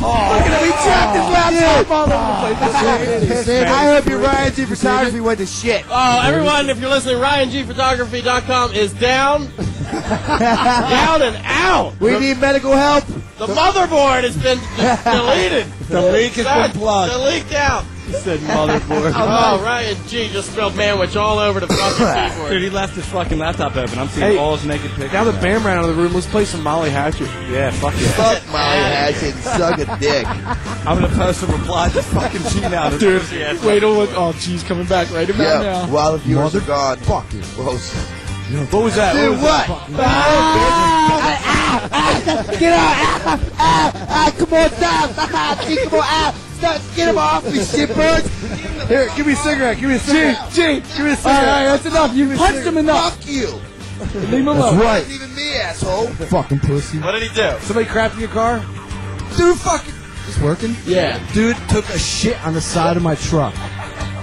S10: Oh, look at him. He dropped his laptop all over the place.
S7: Say it.
S10: I hope your Ryan G. Photography went to shit.
S7: Oh, everyone, if you're listening, RyanGPhotography.com is down. down and out.
S10: We need medical help.
S7: The motherboard has been deleted.
S6: The leak has
S7: Son,
S6: been plugged.
S7: The leaked out.
S6: He said motherboard.
S7: Oh, Ryan G just spilled manwich all over the fucking keyboard.
S15: Dude, he left his fucking laptop open. I'm seeing
S12: Hey,
S15: all his naked pictures.
S12: Now the band ran out of the room. Let's play some Molly Hatchet.
S15: Yeah, fuck yeah.
S10: Fuck Molly Hatchet. Suck a dick.
S15: I'm gonna post a reply to fucking Gmail.
S8: Dude, wait till what? Oh, G's coming back right about now.
S10: Yeah, while the viewers are gone. Fuck you.
S12: What was that?
S10: Dude, what?
S14: Get out! Ah, ah, ah, come on down! Ah, G, come on out! Stop, get him off
S8: [LAUGHS]
S14: me, shitbirds!
S12: Here, give me a cigarette. Give me a
S8: G,
S12: cigarette.
S8: G,
S12: Give me a cigarette.
S8: All right, that's enough. You punched him enough.
S10: Fuck you.
S8: Leave him alone.
S10: Not even me, asshole.
S6: Fucking pussy.
S7: What did he do?
S12: Somebody crapped in your car?
S6: Dude, fucking. It's working?
S7: Yeah.
S6: Dude took a shit on the side of my truck.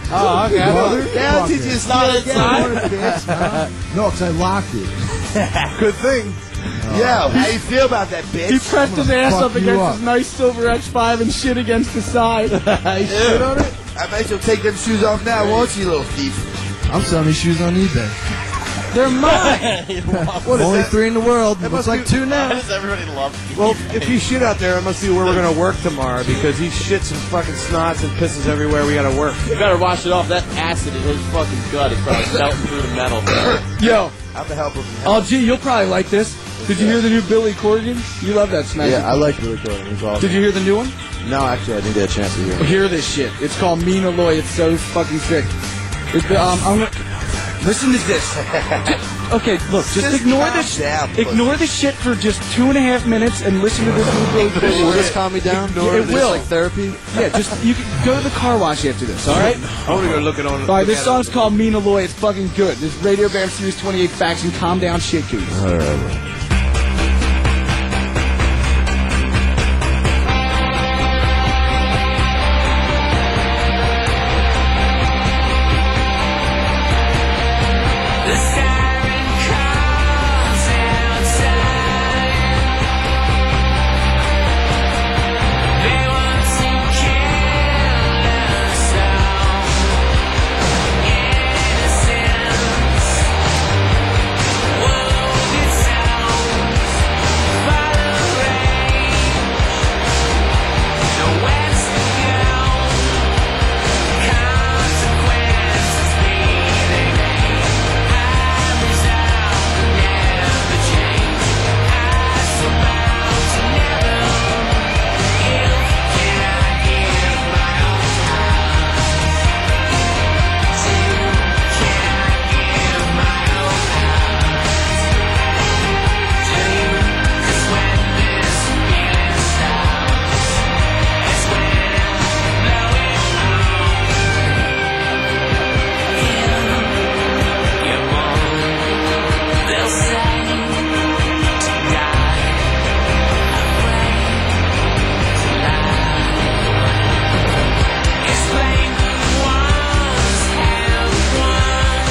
S12: Oh, okay.
S10: Now did you slide
S6: Uh, no, because I locked
S12: [LAUGHS]
S6: it.
S12: Good thing.
S10: Yo, how you feel about that, bitch?
S8: He pressed his ass
S6: fuck
S8: up
S6: you
S8: against
S6: up.
S8: his nice silver X5 and shit against the side.
S10: Ew. I bet you'll take them shoes off now, won't you, little thief?
S6: I'm selling these shoes on eBay.
S8: They're
S10: [LAUGHS]
S8: mine.
S7: What is
S6: Only
S7: that?
S6: three in the world.
S7: That
S6: Looks
S7: must
S6: like
S7: be-
S6: two now.
S7: Why does everybody love you?
S12: Well, if he shit out there, it must be where we're gonna work tomorrow because he shits and fucking snots and pisses everywhere we gotta work.
S7: You better wash it off. That acid in his fucking gut is probably melting through the metal.
S8: Yo,
S10: I'm the helper.
S8: oh gee, you'll probably like this. Did you hear the new Billy Corgan? You love that smash.
S9: Yeah, I liked Billy Corgan. It was awesome.
S8: Did you hear the new one?
S9: No, actually, I didn't get a chance to hear. it.
S8: Hear this shit. It's called Mean Alloy. It's so fucking sick. It's, um, I'm gonna, Listen to
S9: [LAUGHS]
S8: this. okay, look, just,
S10: Just
S8: ignore
S10: calm
S8: this.
S10: down, pussy.
S8: ignore this shit for just two and a half minutes and listen to this new baby.
S9: [LAUGHS] Will this calm me down?
S8: It,
S9: Is this
S8: will.
S9: like therapy?
S8: Yeah, just you can go to the car wash after this. All right.
S16: I want to go look it on.
S8: All right, this
S16: look
S8: song's called Mean Aloy. It's fucking good. This Radio Band Series 28 Facts and Calm Down Shit Cooties.
S9: All right.
S11: The siren calls outside. They want to kill us all. Innocence. Woven sounds. Follow rage. Nowhere's to go. Consequences be they may. They'll say to die, afraid to lie. Explain once and one.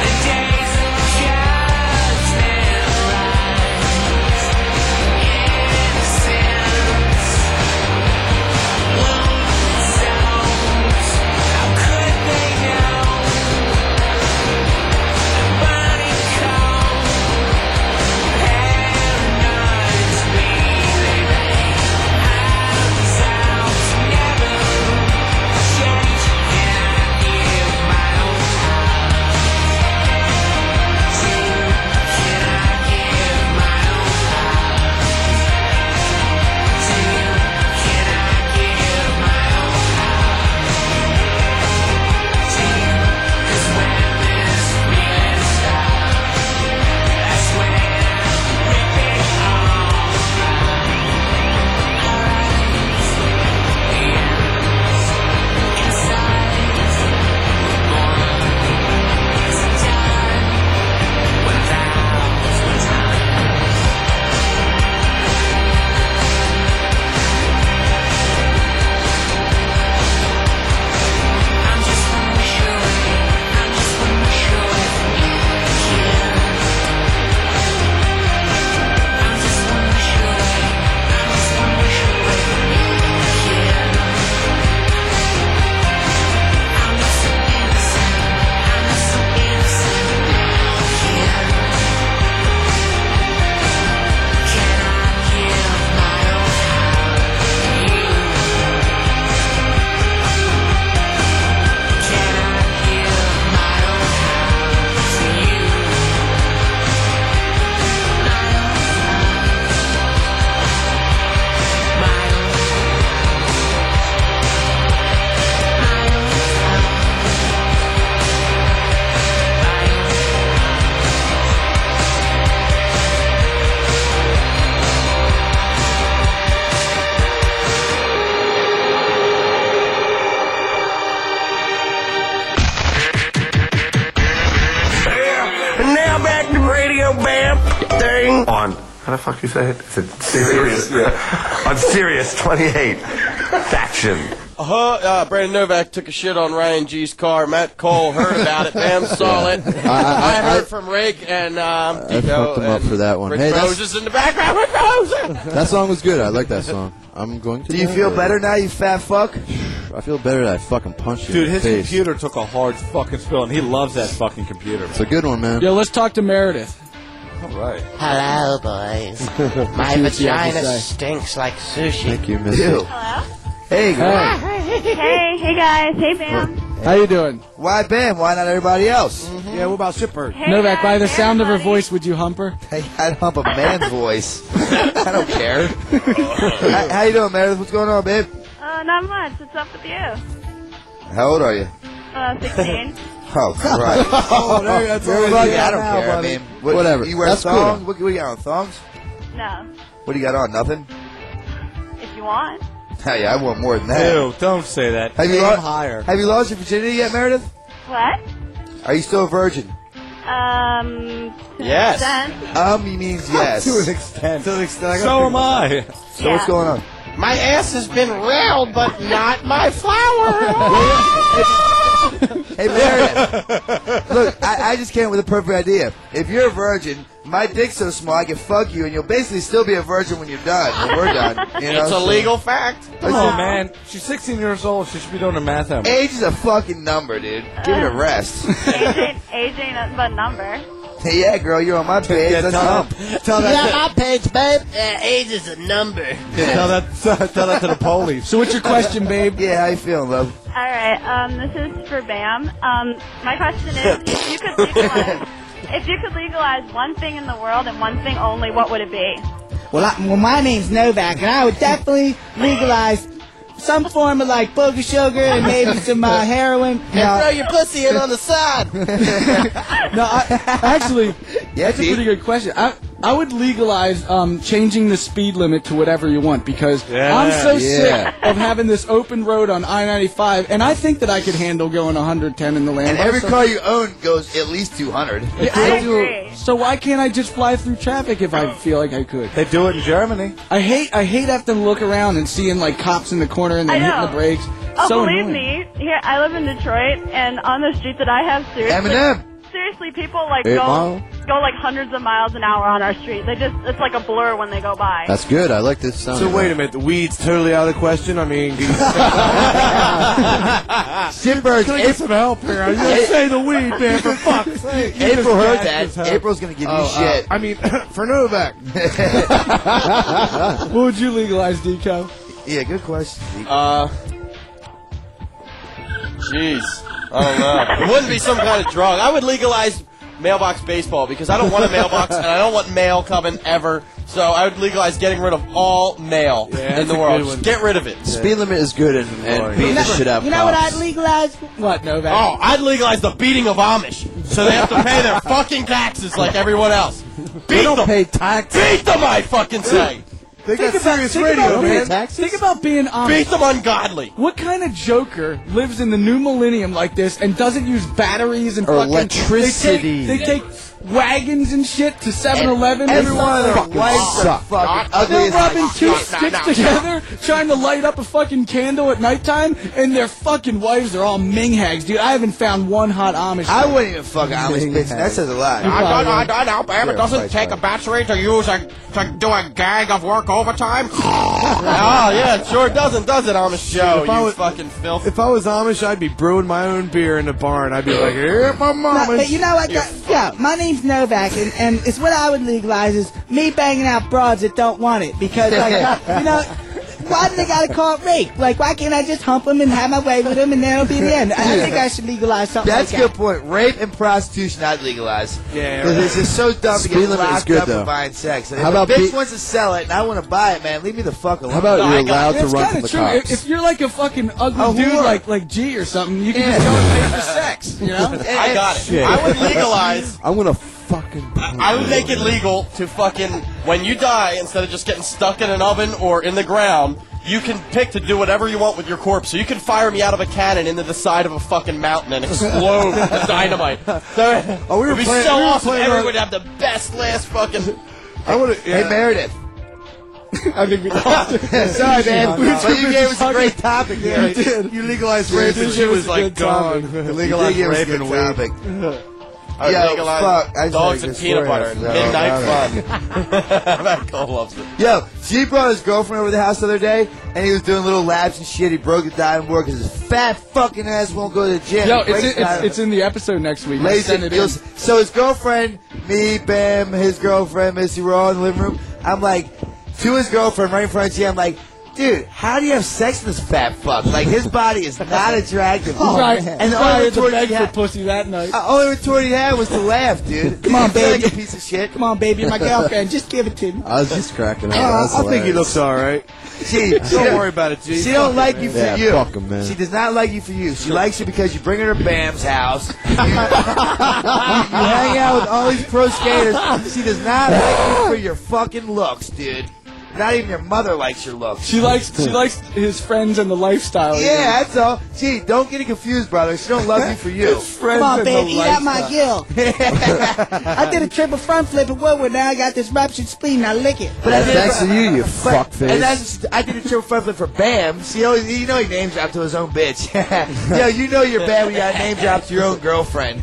S11: The days of judgment rise. Innocence, wounded souls. How could they know?
S14: And now back to Radio Bam Thing on. How the fuck you say it? Is it
S8: [LAUGHS]
S14: serious? [LAUGHS] yeah. on Sirius 28. Faction.
S7: Uh, uh, Brandon Novak took a shit on Ryan G's car. Matt Cole heard about it. Bam saw it. I,
S9: I-
S7: heard from Rick and um,
S9: I fucked him up for that one.
S7: Rick
S9: Hey,
S7: Rose
S9: that's,
S7: is in the background. Rick Rose.
S9: that song was good. I like that song. I'm going to.
S10: Do you
S9: that
S10: feel
S9: later.
S10: better now, you fat fuck?
S9: I feel better that I fucking punched you
S8: Dude,
S9: in the
S8: his
S9: face.
S8: computer took a hard fucking spill, and he loves that fucking computer.
S9: It's a good
S8: [LAUGHS]
S9: one, man.
S8: Yo, let's talk to Meredith.
S17: All right.
S18: Hello,
S12: [LAUGHS]
S18: boys. My
S9: See what you have to
S18: vagina
S9: say.
S18: stinks like sushi.
S9: Thank you, Missy.
S18: Ew.
S10: Hey, girl.
S19: hey, hey guys, hey Bam.
S8: How you doing?
S10: Why Bam? Why not everybody else?
S16: Yeah, what about Shitbird?
S19: Hey,
S8: Novak, by the sound of her voice, would you hump her?
S10: Hey, I'd hump a man's voice. I don't care. how, how you doing, Meredith? What's going on, babe?
S19: Uh, not much. What's up with you?
S10: How old are you?
S19: Uh, 16.
S10: Oh, right.
S19: Oh, there- that's
S10: You're
S19: all
S10: a
S19: you
S10: monkey,
S19: got
S10: I don't
S19: now,
S10: care,
S19: buddy.
S10: man. What,
S9: Whatever.
S10: You wear
S9: That's cool.
S10: thongs? What, what do you got on? Thongs?
S19: no.
S10: What do you got on? Nothing?
S19: [LAUGHS] If you want.
S10: Hey, I want more than that.
S12: Ew, don't say that.
S10: Have you
S12: Aim
S10: lo-
S12: higher.
S10: Have you lost your virginity yet, Meredith?
S19: What?
S10: Are you still a virgin?
S19: Um. to
S10: Yes.
S19: an extent.
S10: Um, he [LAUGHS] means yes.
S19: To an
S10: extent. To an extent.
S19: So
S10: gotta
S19: am
S10: figure it out. So what's
S19: Yeah.
S10: going on?
S7: My ass has been railed, but not my flower.
S10: Hey, Meredith. Look, I, I just came up with a perfect idea. If you're a virgin, my dick's so small I can fuck you, and you'll basically still be a virgin when you're done. When we're
S12: [LAUGHS]
S10: done. You know,
S7: it's a
S10: so-
S7: legal fact.
S10: Wow.
S12: Oh man, she's 16 years old. She should be doing her math homework.
S10: Age is a fucking number, dude. Give it
S7: Uh.
S10: a rest.
S19: Age ain't, age ain't nothing but a number.
S10: Hey, yeah, girl, you're on my page.
S9: Yeah,
S10: Let's
S9: tell
S10: hump.
S9: Tell
S20: Yeah,
S9: that.
S20: my page, babe. Uh, age is a number.
S9: Tell
S10: that. [LAUGHS] Tell that to the police.
S9: So what's your question,
S10: babe? Yeah, how you feeling, love?
S19: All right. Um, this is for Bam. Um, my question is, if you could
S20: [LAUGHS]
S19: legalize, if you could legalize one thing in the world and one thing only, what would it be?
S21: Well, I, well, my name's Novak, and I would definitely legalize some form of like booger sugar and
S20: [LAUGHS]
S21: maybe some uh, heroin.
S20: And throw your pussy in on the side.
S8: no, I, actually, that's a pretty good question. I I would legalize um, changing the speed limit to whatever you want because
S12: Yeah.
S8: I'm so
S12: Yeah.
S8: sick of having this open road on I-95, and I think that I could handle going 110 in the land.
S10: And every car you own goes at least 200.
S8: So why can't I just fly through traffic if I feel like I could?
S12: They do it in Germany.
S8: I hate I hate having to look around and seeing like cops in the corner and
S19: I
S8: then hitting
S19: know.
S8: the brakes.
S19: Oh,
S8: so
S19: believe
S8: annoying.
S19: me, here I live in Detroit, and on the street that I have, seriously, seriously, people like
S9: Eight
S19: go
S9: mile?
S19: go like hundreds of miles an hour on our street. They just it's like a blur when they go by.
S9: That's good. I like this sound.
S12: So wait a minute, the weed's totally out of the question. I mean,
S9: [LAUGHS]
S10: Shitbirds.
S12: Can I get some help here? I was
S10: [LAUGHS]
S12: gonna say the weed, man. For fuck's sake.
S10: April heard
S12: This
S10: that.
S12: is how-
S10: April's gonna give you
S12: Oh, uh,
S10: shit.
S12: I
S8: [LAUGHS]
S12: mean, for
S10: [LAUGHS]
S12: Novak.
S8: [LAUGHS] what would you legalize, Deco?
S10: Yeah, good question.
S7: [LAUGHS] Uh, jeez, I don't know. It wouldn't be some kind of drug. I would legalize mailbox baseball because I don't want a mailbox and I don't want mail coming ever. So I would legalize getting rid of all mail in
S9: that's
S7: the
S9: a
S7: world.
S9: good
S7: Just get rid of it.
S9: Speed limit is good and, and beating the shit out.
S21: You know what
S9: cops.
S21: I'd legalize?
S8: What, Novak?
S7: Oh, I'd legalize the beating of Amish, so they have to pay
S9: [LAUGHS]
S7: their fucking taxes like everyone else. Beat them.
S9: pay taxes.
S7: Beat them, I fucking say.
S12: They
S8: Think about- think about being- Think about being honest.
S7: Beat them ungodly.
S8: What kind of joker lives in the new millennium like this and doesn't use batteries and
S9: Or
S8: fucking
S9: electricity.
S8: They take, they take wagons and shit to 7-Eleven.
S10: Everyone of their
S8: Fucking
S10: wives are
S8: suck.
S10: fucking ugly
S8: They're
S10: as hell.
S8: rubbing two
S10: No, no,
S8: sticks
S10: no, no.
S8: together, trying to light up a fucking candle at nighttime, and their fucking wives are all ming hags, dude. I haven't found one hot Amish.
S10: I wouldn't even fuck an Amish bitch. That says a lot.
S7: I don't, I don't, I
S10: You're
S7: It doesn't
S10: right,
S7: take a battery to use a to do a gag of work [LAUGHS] overtime. oh yeah, it sure doesn't, does it, Amish Joe?
S12: If I
S7: You
S12: was-
S7: fucking filth.
S12: If I was Amish, I'd be brewing my own beer in the barn. I'd be like,
S10: [LAUGHS]
S12: here, my mom.
S21: No, but you know what? guy- Yeah, my name's Novak, and, and it's what I would legalize is me banging out broads that don't want it because, like, you know, why do they gotta call it rape? Like, why can't I just hump them and have my way with them and that'll be the end? I think I should legalize something
S10: That's a
S21: like
S10: good
S21: that.
S10: point. Rape and prostitution, I'd legalize.
S12: Yeah,
S10: because
S12: right.
S10: it's just so dumb
S9: Speed
S10: to get
S9: limit is
S10: locked
S9: good,
S10: up
S9: though.
S10: for buying sex. And
S9: How
S10: if
S9: about
S10: a bitch
S9: be-
S10: wants to sell it and I want to buy it, man, leave me the fuck alone.
S9: How about
S10: No,
S9: you're
S10: I
S9: allowed
S10: got it.
S9: to [LAUGHS] run from
S8: uh, It's
S9: the
S8: true.
S9: cops?
S8: If, if you're like a fucking ugly
S10: Oh,
S8: dude,
S9: whore.
S8: like like G or something, you can just go and pay for sex.
S10: [LAUGHS]
S8: You know?
S7: I got it. I would legalize.
S9: I'm gonna fucking.
S7: I would make it legal to fucking when you die, instead of just getting stuck in an oven or in the ground, you can pick to do whatever you want with your corpse. So you can fire me out of a cannon into the side of a fucking mountain and explode [LAUGHS] with dynamite. So,
S12: Oh, we were
S7: it'd be
S12: playing-
S7: so
S12: we were
S7: awesome.
S12: playing
S7: Everyone
S12: on-
S7: would have the best last fucking.
S12: I would. Yeah.
S10: Hey,
S12: [LAUGHS]
S10: Meredith.
S8: I think we lost
S10: it. Sorry,
S7: [LAUGHS]
S10: man. But you gave us a great topic.
S12: Yeah,
S10: here.
S12: you did.
S10: You legalized
S12: You
S10: rape
S12: did
S10: and
S12: give us a good topic. [LAUGHS]
S10: You
S12: Legalized
S10: did give us a
S12: rape
S10: good
S12: and weed.
S10: topic.
S12: [LAUGHS]
S7: I
S10: Yo,
S7: legalize
S10: fuck, I just
S7: dogs
S10: had a
S7: and
S10: good
S7: peanut
S10: story
S7: butter
S10: after
S7: and
S10: that.
S7: midnight fun. That girl loves it.
S10: Yo, she brought his girlfriend over to the house the other day, and he was doing little laps and shit. He broke his diamond board because his fat fucking ass won't go to the gym.
S8: Yo,
S10: He
S8: it's,
S10: breaks
S8: it's,
S10: diamond-
S8: it's in the episode next week.
S10: Ladies
S8: Send it
S10: and
S8: in.
S10: girls- so his girlfriend, me, Bam, his girlfriend, Missy, were all in the living room. I'm like, to his girlfriend, right in front of you, I'm like, dude, how do you have sex with this fat fuck? Like his body is
S21: [LAUGHS]
S10: not attractive.
S6: He's right-
S10: and
S6: he's right
S10: the only
S6: at the
S10: retort
S6: beg
S10: he
S6: for
S10: had, pussy that night. Uh, only retort he had was to laugh, dude.
S21: Come
S10: [LAUGHS]
S21: on,
S10: You're like
S21: baby.
S10: a piece of shit.
S21: Come on, baby,
S10: [LAUGHS]
S21: my girlfriend. Just give it to me.
S9: I was just cracking up.
S10: Yeah,
S9: That's
S10: I think he
S9: hilarious.
S10: looks
S12: all
S10: [LAUGHS]
S12: right.
S10: She,
S9: Don't
S10: she-
S9: worry about it, G.
S10: She
S9: Fuck
S10: don't
S9: him,
S10: like
S9: man.
S10: you for
S9: Yeah,
S10: you.
S9: fuck him, man.
S10: [LAUGHS] She does not like you for you. She likes you because you bring her to Bam's house.
S9: [LAUGHS]
S10: You, you hang out with all these pro skaters. She does not like you for your fucking looks, dude. Not even your mother likes your looks.
S8: She likes she likes his friends and the lifestyle.
S10: Yeah,
S8: [LAUGHS]
S10: that's all. Gee, don't get it confused, brother. She don't love you for you.
S21: Come on, baby, eat out my gill. I did a triple front flip and what? Now I got this ruptured spleen. Now lick it.
S10: But I did it
S9: Thanks
S10: for-
S9: to you, you
S10: but-
S9: fuckface.
S10: And that's I did a triple front flip for Bam. See, always, you know he name dropped to his own bitch. [LAUGHS] Yo, you know you're bad when you got name drop to your own girlfriend.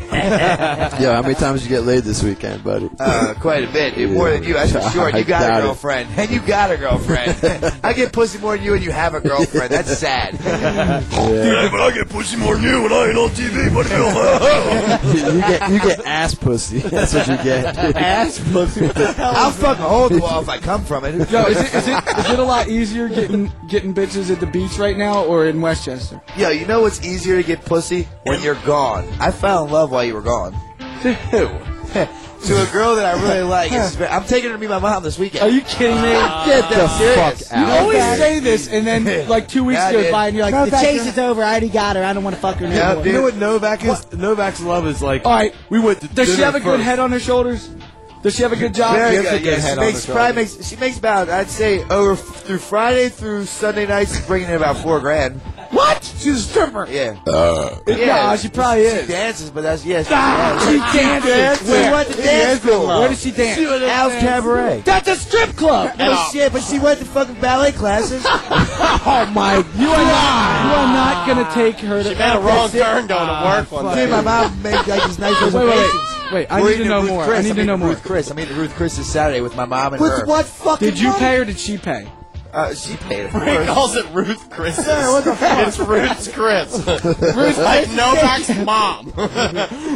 S9: [LAUGHS] Yo, how many times you get laid this weekend, buddy?
S10: Uh, quite a bit, dude. More than you, that's for sure. You got a girlfriend, and you got a girlfriend. [LAUGHS] I get pussy more than you, and you have a girlfriend.
S9: [LAUGHS]
S10: That's sad.
S3: Dude, but I get pussy more than you when I ain't on TV, buddy.
S9: you get you get ass pussy. [LAUGHS] That's what you get. dude.
S10: Ass
S9: [LAUGHS]
S10: pussy. [LAUGHS] I'll fuck a whole wall if I come from it.
S8: [LAUGHS] Yo, is it, is it is it a lot easier getting getting bitches at the beach right now or in Westchester?
S10: Yo, you know what's easier to get pussy when you're gone? I fell in love while you were gone. Dude. to a girl that I really like. It's- I'm taking her to meet my mom this weekend.
S8: Are you kidding me?
S10: Get the serious.
S8: Ah. You always say this, and then like two weeks
S10: Yeah, I
S8: goes
S10: did.
S8: by, and you're like,
S10: No,
S8: the
S10: back
S8: chase
S10: then-
S8: is over. I already got her. I don't want to fuck her
S12: Yeah,
S8: anymore.
S12: you know what Novak is? Novak's love is like. All
S8: right,
S12: we went to.
S8: Does she
S12: dinner
S8: have a good
S12: first.
S8: head on her shoulders? Does she have a good job?
S10: Very good, yeah. She makes, probably makes, she makes about, I'd say, over through Friday through Sunday nights, she's bringing in about four grand.
S8: What? She's a stripper.
S10: Yeah.
S12: Uh.
S8: Yeah, she probably
S10: she
S8: is.
S10: dances, but that's yes.
S8: Ah, she dances. Where?
S10: She went to
S8: She
S10: dance
S8: dances.
S10: school.
S8: Where does she dance? She went to
S10: Al's
S8: dance.
S10: Cabaret.
S8: That's a strip club.
S10: Oh shit! But she went to fucking
S8: [LAUGHS]
S10: ballet classes. oh
S8: my! [LAUGHS] You are not. You are not gonna take her. She to,
S10: made a wrong turn
S8: going to work
S10: one day. my mom made like these nice
S8: Ah, Wait, wait, wait. Wait, I need to know more. I need to know more.
S10: Ruth Chris. I'm eating Ruth Chris this Saturday with my mom and
S8: With
S10: her.
S8: what fucking Did you money? pay or did she pay?
S10: Uh, she paid.
S7: He calls it Ruth Chris.
S10: Yeah,
S7: [LAUGHS]
S10: what the fuck?
S7: It's Ruth Chris.
S10: Ruth
S7: Ruth like
S8: [LAUGHS]
S10: Chris.
S7: Novak's mom.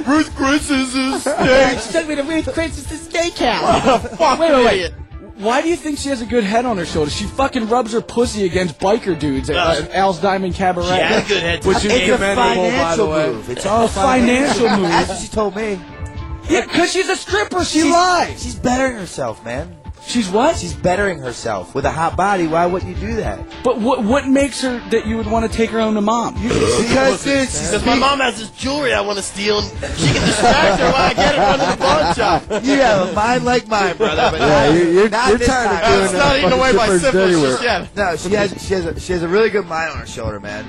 S7: Ruth Chris
S21: [LAUGHS]
S7: is his steak.
S21: she took me to Ruth Chris's steakhouse.
S8: [LAUGHS]
S7: fuck
S8: wait, wait, wait.
S7: idiot.
S8: Why do you think she has a good head on her shoulders? She fucking rubs her pussy against biker dudes at uh, Al's Diamond Cabaret.
S7: She has good head.
S8: Which is
S7: It's a
S8: commendable, by the
S10: financial
S8: way.
S10: move. It's all
S8: a financial
S10: financial.
S8: move.
S10: That's what she told me.
S8: Yeah, because she's a stripper. She
S10: She's-
S8: lies.
S10: She's bettering herself, man.
S8: She's what?
S10: She's bettering herself with a hot body. Why wouldn't you do that?
S8: But what what makes her that you would want to take her home to mom? You-
S10: Because dude, she's
S7: Because my
S10: beat-
S7: mom has this jewelry I want to steal, and she can distract her while I get it running the pawn shop.
S10: You have a mind like mine, brother. But
S9: Yeah,
S10: not-
S9: you're- you're-
S10: not
S9: you're
S10: this
S9: tired of
S10: time.
S9: doing It's that not eating fucking away my shit for syphilis dirty just work.
S10: yet. No, she has she has a, she has a really good mind on her shoulder,
S7: [LAUGHS]
S10: man.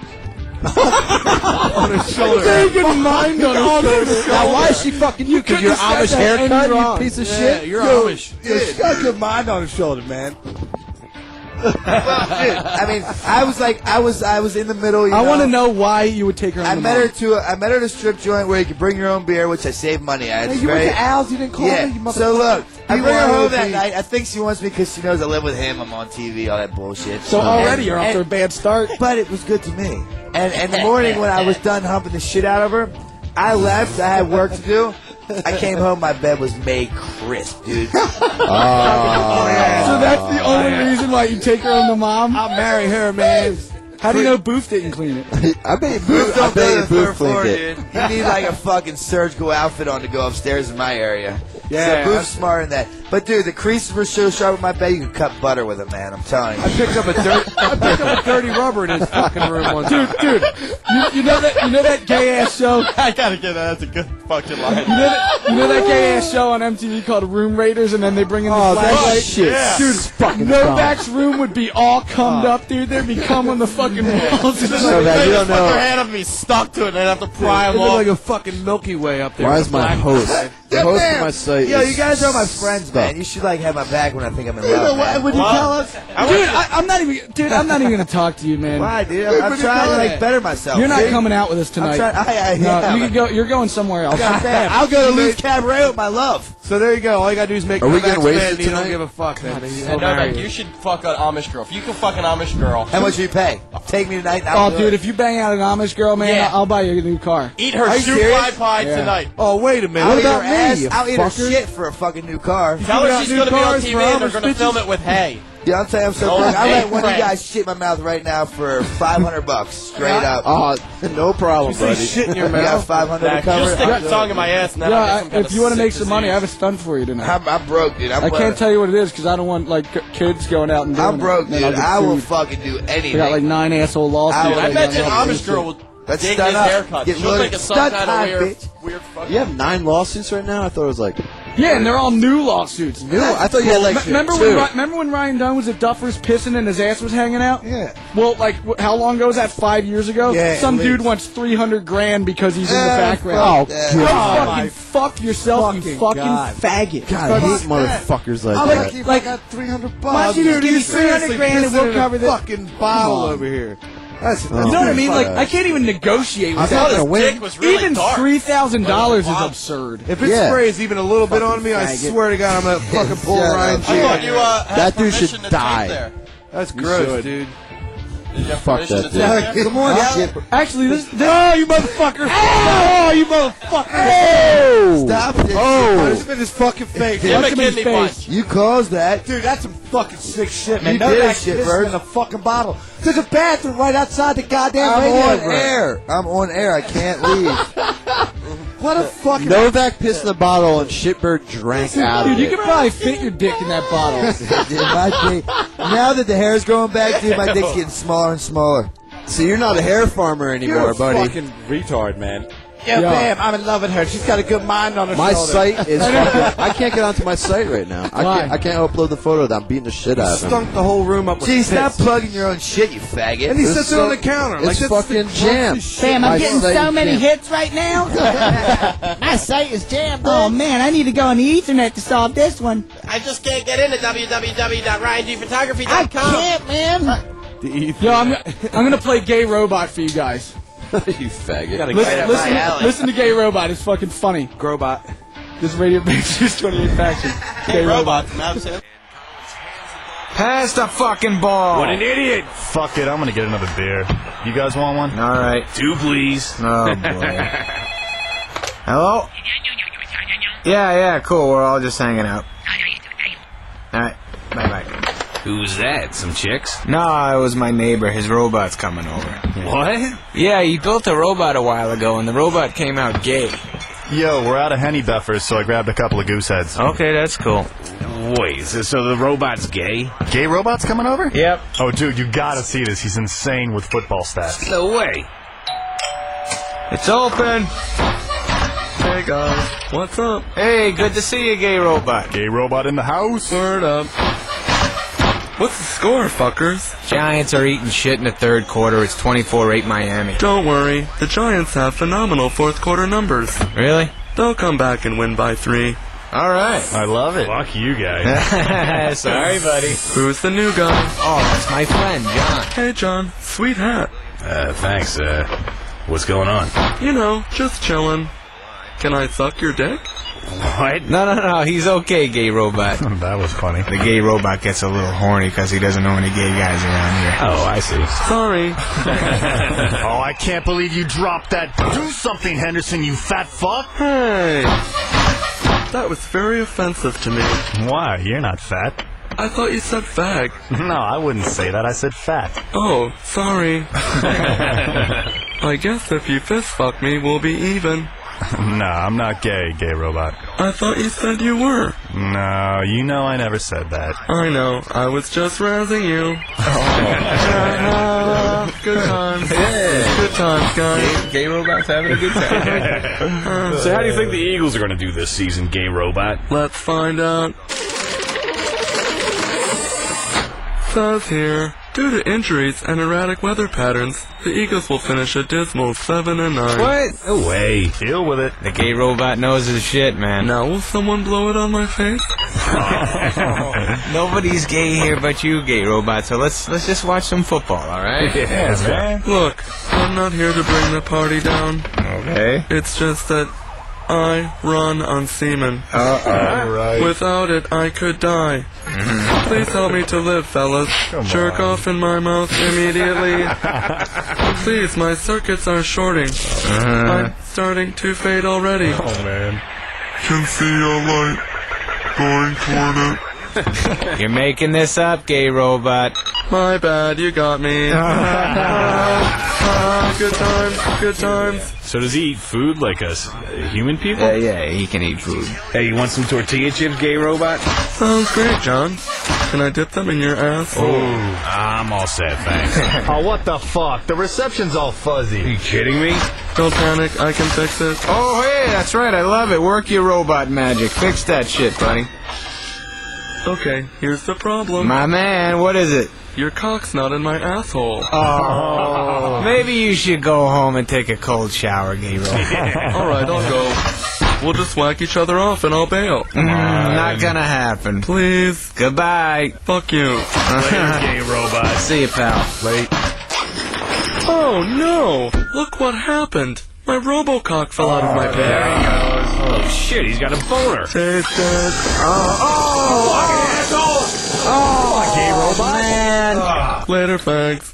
S10: on her shoulder.
S8: Very good
S7: [LAUGHS]
S8: mind
S10: [LAUGHS]
S8: on her shoulder.
S10: Now, why
S9: is she fucking you?
S10: 'Cause
S9: your
S10: you're
S9: Amish
S10: Amish
S9: haircut,
S10: haircut,
S9: you
S10: you
S9: piece of
S10: Yeah,
S9: shit.
S10: you're Amish.
S6: Yo, she got a good mind on her shoulder, man.
S10: Dude, I mean, I was like, I was, I was in the middle. You
S8: I want
S10: know.
S8: to know why you would take her home.
S10: I
S8: to
S10: met
S8: mom.
S10: her to a, I met her at a strip joint where you could bring your own beer, which I saved money. I
S6: Hey, you went to Al's, you didn't call
S10: yeah.
S6: me, you
S10: So
S6: motherfucker.
S10: look, I
S6: You
S10: bring her
S6: wanted
S10: home
S6: to
S10: that
S6: be-
S10: night. I think she wants me because she knows I live with him. I'm on TV, all that bullshit.
S8: So already you're off to a
S10: bad
S8: start.
S10: But it was good to me. And and the morning when I was done humping the shit out of her, I left. I had work to do. I came home. My bed was made
S12: [LAUGHS]
S10: crisp, dude.
S12: Ah.
S8: So that's the only reason why you take her home to mom. Oh, I'll
S10: marry her, man.
S8: How do you know Booth didn't clean it?
S9: [LAUGHS] I bet you
S10: Booth
S9: Booth, I
S10: don't go to
S9: bet
S10: the
S9: you Booth cleaned
S10: third floor,
S9: it.
S10: dude. You need like a fucking surgical outfit on to go upstairs in my area.
S9: Yeah.
S10: so Booth's smart in that. But dude, the creases were so sharp in my bed, you could cut butter with them, man. I'm telling you. I
S12: picked up a dirt. I picked up a dirty rubber in his fucking room one time.
S8: Dude, you, you know that you know that gay ass show.
S7: [LAUGHS] I gotta get that. That's a good fucking line.
S8: You know, that, you know that gay ass show on MTV called Room Raiders, and then they bring in the
S9: Oh, that
S8: flashlight.
S9: shit's Yeah.
S8: dude,
S9: fucking
S8: Novak's room would be all cummed up, dude. There'd be cum on the fucking
S9: [LAUGHS]
S8: walls. It's
S7: They
S8: like-
S7: just put their hand up and be stuck to it, and I have to pry
S12: It
S7: them
S12: looked
S7: off.
S12: like a
S8: [LAUGHS]
S12: fucking Milky Way up there.
S9: Why is my host? The host of my site
S10: Yo,
S9: is
S10: you guys are my friends, man. You should like have my back when I think I'm in love. man.
S8: dude? I, I'm not even, dude. I'm not even gonna talk to you, man.
S10: Why, dude? I'm, I'm trying to like better myself.
S8: You're not
S10: dude.
S8: coming out with us
S10: I'm
S8: tonight.
S10: trying- I- I-
S8: no,
S10: yeah,
S8: you
S10: man.
S8: can go. You're going somewhere else.
S10: God damn, I'll go to Lou's Cabaret with my love.
S12: So there you go. All you gotta do is make.
S9: Are we
S12: Novak's
S9: getting wasted
S12: bed and you
S9: tonight?
S12: Don't give a fuck. Then. Then you
S7: And
S12: don't
S7: no,
S12: marry
S7: like,
S12: her.
S7: you should fuck an Amish girl. If you can fuck an Amish girl,
S10: How much do you pay? Take me tonight. and I'll
S8: Oh,
S10: do
S8: dude,
S10: it.
S8: if you bang out an Amish girl, man,
S10: Yeah.
S8: I'll buy you a new car.
S7: eat her
S10: Are you
S7: shoe
S10: serious?
S7: pie pie
S8: Yeah.
S7: tonight.
S12: Oh wait a minute.
S10: I'll
S12: What
S10: eat her
S12: about me?
S10: ass.
S12: you
S10: I'll eat her
S12: fucker?
S10: shit for a fucking new car.
S7: Tell her she's
S12: new
S7: gonna be on
S12: cars
S7: TV
S12: for
S7: and they're
S12: Amish
S7: gonna film
S12: bitches?
S7: it with hay.
S10: Yeah, I'll tell you, I'm so
S6: Oh,
S10: glad. I'll
S6: hey,
S10: let one of you
S6: Frank.
S10: guys shit my mouth right now for 500 bucks, straight
S8: [LAUGHS]
S10: up.
S6: Uh, no problem,
S10: You say
S6: buddy.
S10: shit in your You got mouth? 500 to cover it? I'll do it.
S8: Yeah, I- if you want to make some money, I have a stunt for you tonight.
S10: I'm, I'm broke, dude. I'm
S8: I can
S10: broke.
S8: not tell you what it is because I don't want like c- kids going out and doing
S10: I'm broke,
S8: it. Then I'll
S10: dude.
S8: get
S10: I will
S8: sued.
S10: fucking do
S8: I
S10: anything.
S8: got like nine asshole lawsuits.
S10: I bet you an Amish girl
S8: will
S10: Let's
S7: dig
S10: stunt
S7: his
S10: up.
S7: haircut.
S10: Get
S7: She'll
S10: loaded.
S7: think of some
S10: Stunt
S7: kind of
S10: high,
S7: weird,
S10: bitch.
S7: weird fucking.
S9: You have nine lawsuits right now. I thought it was like
S8: Yeah, and they're all new lawsuits.
S9: New? I thought you had, like,
S8: Me- remember
S9: two.
S8: when Ry- remember when Ryan Dunn was at Duffer's pissing and his ass was hanging out? Yeah. Well, like wh- how long ago was that? Five years ago.
S6: Yeah, at
S8: Some dude
S6: least.
S8: wants three hundred grand because he's in the
S7: Uh,
S6: Eh, fuck
S8: background.
S6: that.
S8: Go
S6: Oh, my
S8: fucking fuck yourself, you fucking
S6: God.
S8: faggot.
S9: God, I hate motherfuckers like
S6: I'm
S9: that.
S6: lucky if I got 300 bucks.
S8: Why don't you just give me 300 grand and we'll cover this?
S6: fucking bottle over
S12: here.
S6: That's,
S8: You know what I mean? Like I can't even negotiate. With
S6: I
S8: that.
S6: thought his dick
S12: was really
S8: even
S12: dark.
S8: three thousand dollars is
S12: Wow.
S8: absurd.
S12: If it sprays even a little bit on me, I
S8: faggot.
S12: swear to God, I'm gonna fucking pull
S8: Shut
S12: Ryan.
S8: up. I thought you, uh,
S9: had That dude permission should to take die. there.
S12: That's
S9: You
S12: gross,
S9: should.
S12: dude.
S9: Fuck that dude.
S12: Come on,
S9: Shit.
S8: Actually, this, this
S12: oh, you motherfucker! Oh, you motherfucker!
S10: Stop this.
S6: Oh.
S10: shit. Punishment is fucking fake.
S6: Give him a Punch him in kidney face.
S10: You caused that.
S6: Dude, that's some fucking sick shit, man.
S10: You
S6: no
S10: did
S6: that
S10: shit,
S6: shit,
S10: Bert.
S6: in a fucking bottle. There's a bathroom right outside the goddamn
S10: I'm
S6: radio.
S10: on air. I'm on air. I can't leave.
S6: [LAUGHS] What a fucking
S9: Novak pissed in the bottle and Shitbird drank out
S8: Dude,
S9: of
S8: you
S9: it.
S8: could probably fit your dick in that bottle.
S10: [LAUGHS] Dude, my dick- now that the hair's growing back, dude, my dick's getting smaller and smaller.
S9: So you're not a hair farmer anymore,
S10: You're a
S9: buddy.
S10: fucking
S9: retard, man.
S6: Yeah, bam, I'm in love with her. She's got a good mind on her
S9: My
S6: shoulder.
S9: site is fucking. I can't get onto my site right now. I
S6: Why?
S9: can't, I can't upload the photo that I'm beating the shit out of. him.
S12: the whole room up.
S9: with
S10: Gee,
S9: piss.
S10: stop plugging your own shit, you faggot.
S9: And he sits it on the counter. Like, that's the grossest shit.
S21: Bam, I'm
S9: My
S21: getting
S9: site
S21: so
S9: is
S21: many
S9: jammed.
S21: hits right now. My site is jammed. Oh man, I need to go on the Ethernet to solve this one.
S20: I just can't get into www.ryandgphotography.com.
S21: I can't, man.
S8: Yo, I'm, I'm gonna play gay robot for you guys.
S9: you faggot.
S8: Listen, listen, listen to gay robot. It's fucking funny.
S12: Grobot.
S8: This radio [LAUGHS] makes you 28 faction. Gay robot.
S22: Pass the fucking ball.
S23: What an idiot.
S22: Fuck it, I'm gonna get another beer. You guys want one? All right. Two, please. Oh boy. Hello. Yeah, yeah, cool. We're all just hanging out. All right. Bye, bye.
S23: Who's that? Some chicks?
S22: No, it was my neighbor. His robot's coming over.
S23: What?
S22: Yeah, he built a robot a while ago, and the robot came out gay. Yo, we're out of Henny Duffers, so I grabbed a couple of goose heads.
S23: Okay, that's cool. Wait, so, so the robot's gay?
S22: Gay robot's coming over?
S23: Yep.
S22: Oh, dude, you gotta see this. He's insane with football stats.
S23: No way. It's open. Hey guys, what's up? Hey, good to see you, gay robot.
S22: Gay robot in the house.
S23: Word up. What's the score, fuckers?
S22: Giants are eating shit in the third quarter. It's 24-8 Miami.
S24: Don't worry, the Giants have phenomenal fourth quarter numbers.
S23: Really?
S24: They'll come back and win by three.
S23: All right. I love it.
S22: Fuck you
S24: [LAUGHS]
S22: guys. [LAUGHS] Sorry, buddy.
S24: Who's the new guy?
S23: Oh, that's my friend, John.
S24: Hey, John. Sweet hat.
S23: Uh, thanks. Uh, what's going on? [LAUGHS]
S24: You know, just chillin'. Can I suck your dick?
S23: What? No, no, no. He's okay, gay robot.
S22: [LAUGHS] that was funny.
S23: The gay robot gets a little horny because he doesn't know any gay guys around here. Oh, I see.
S24: Sorry.
S22: oh, [LAUGHS] I can't believe you dropped that. Do something, Henderson, you fat fuck.
S24: Hey. That was very offensive to me.
S22: Why? You're not fat.
S24: I thought you said fag.
S22: [LAUGHS] No, I wouldn't say that. I said fat.
S24: Oh,
S22: [LAUGHS]
S24: sorry. I guess if you fist fuck me, we'll
S22: [LAUGHS]
S24: be even.
S22: no, I'm not gay, gay robot.
S24: I thought you said you were.
S22: No, you know I never said that.
S24: I know. I was just razzing
S22: [LAUGHS]
S24: you. [LAUGHS] good times. Good times, guys.
S23: Gay robot's having a good
S24: [LAUGHS]
S23: time. so, how do you think the Eagles are going to do this season, gay [LAUGHS] robot?
S24: Let's find out. Says here, due to injuries and erratic weather patterns, the Eagles will finish a dismal seven and nine.
S23: What? No way.
S22: Deal with it.
S23: The gay robot knows his shit, man.
S24: Now will someone blow it on my face?
S22: [LAUGHS]
S23: Nobody's gay here but you, gay robot. So let's let's just watch some football, all right?
S24: Look, I'm not here to bring the party down.
S23: Okay.
S24: It's just that I run on semen.
S23: Uh-oh. Uh-uh. Right. Mm-hmm.
S24: Without it, I could die. Please help me to live, fellas. Jerk off in my mouth
S23: [LAUGHS]
S24: immediately. Please, my circuits are shorting.
S23: Uh-huh.
S24: I'm starting to fade already.
S22: Oh man.
S24: Can see a light going toward it.
S22: [LAUGHS] You're making this up, gay robot.
S24: My bad, you got me. Ah, good times, good times.
S1: So does he eat food like us uh, human people?
S22: Yeah, yeah, he can eat food.
S1: Hey, you want some tortilla chips, gay robot?
S24: Sounds great, Uh, John. Can I dip them in your ass?
S1: Oh,
S23: Ah,
S1: I'm all set, thanks.
S23: [LAUGHS] oh, what the fuck? The reception's all fuzzy. Are you
S1: kidding me?
S24: Don't panic, I can fix it.
S22: Oh, hey, that's right. I love it. Work your robot magic. Fix that shit, buddy.
S24: Okay, here's the problem.
S22: My man, what is it?
S24: Your cock's not in my asshole.
S22: Oh. Maybe you should go home and take a cold shower, gay
S8: [LAUGHS]
S22: robot.
S24: All right, I'll go. We'll just whack each other off and I'll bail.
S22: Mm, not gonna happen.
S24: Please.
S22: Goodbye.
S24: Fuck you. [LAUGHS]
S1: Later, gay robot.
S22: See you, pal. Late.
S24: Oh no! Look what happened. My robocock fell out of my pants.
S1: Oh shit, he's got a boner.
S24: It's dead.
S1: Oh, gay robot.
S22: Man.
S24: Later, fags.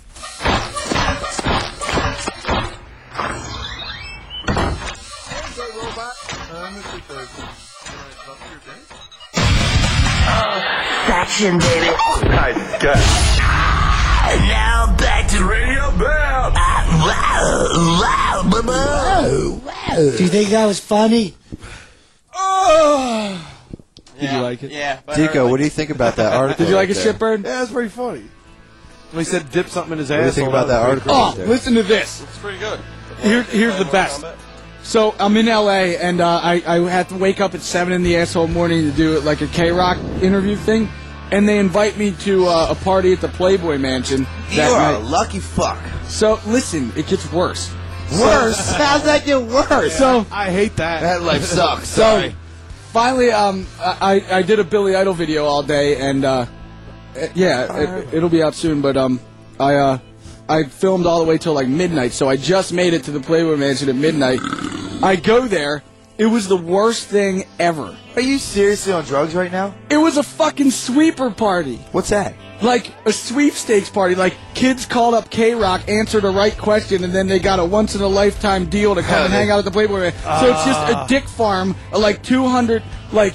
S14: Action, baby.
S5: My God.
S14: Now back to Radio Bell.
S21: Do you think that was funny?
S7: Oh.
S9: Did you like it?
S7: Yeah. but I heard
S9: Dico, what do you think
S14: [LAUGHS]
S9: about that article?
S12: Did you like
S9: right
S12: his shit
S9: there?
S12: bird? Yeah, that's pretty funny. When he said dip something in his
S9: What do you
S12: ass.
S9: think about that article?
S12: Oh,
S9: right there?
S8: Listen to this.
S7: It's pretty good.
S8: Here, here's the best. So I'm in LA and uh, I, I had to wake up at seven in the asshole morning to do like a K Rock interview thing, and they invite me to uh, a party at the Playboy Mansion.
S10: You
S8: that
S10: are a
S8: night.
S10: lucky fuck.
S8: So listen, it gets worse.
S10: Worse? How's that get worse?
S8: So
S12: I hate that.
S10: That life sucks.
S8: So finally, um, I I I did a Billy Idol video all day, and uh, eh, yeah, it, it'll be out soon. But um, I uh, I filmed all the way till like midnight, so I just made it to the Playboy Mansion at midnight. I go there. It was the worst thing ever.
S10: Are you seriously on drugs right now?
S8: It was a fucking sweeper party.
S10: What's that?
S8: Like a sweepstakes party. Like kids called up K Rock, answered a right question, and then they got a once in a lifetime deal to come and hang out at the Playboy. Man- so it's just a
S10: Ah.
S8: dick farm, of, like 200, like